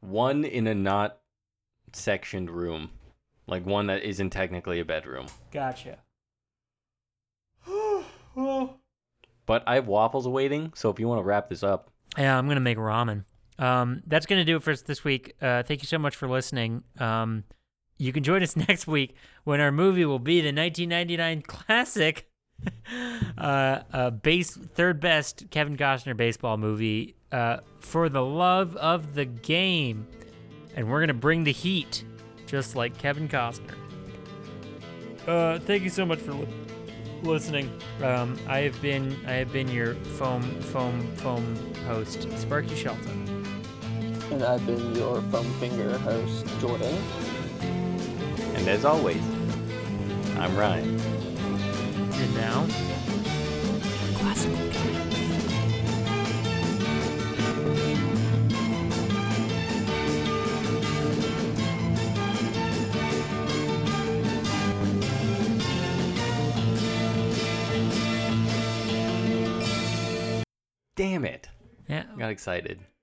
[SPEAKER 2] One in a not sectioned room, like one that isn't technically a bedroom.
[SPEAKER 1] Gotcha.
[SPEAKER 2] But I have waffles waiting, so if you want to wrap this up,
[SPEAKER 1] Yeah, I'm gonna make ramen. Um, that's gonna do it for us this week. Uh, thank you so much for listening. Um, you can join us next week when our movie will be the 1999 classic, uh, uh, base third best Kevin Costner baseball movie, uh, for the love of the game, and we're gonna bring the heat, just like Kevin Costner. Uh, thank you so much for li- listening. Um, I have been I have been your foam foam foam host, Sparky Shelton.
[SPEAKER 3] And I've been your foam finger host, Jordan.
[SPEAKER 2] and as always, I'm Ryan.
[SPEAKER 1] And now, classical.
[SPEAKER 2] Damn it.
[SPEAKER 1] Yeah.
[SPEAKER 2] Got excited.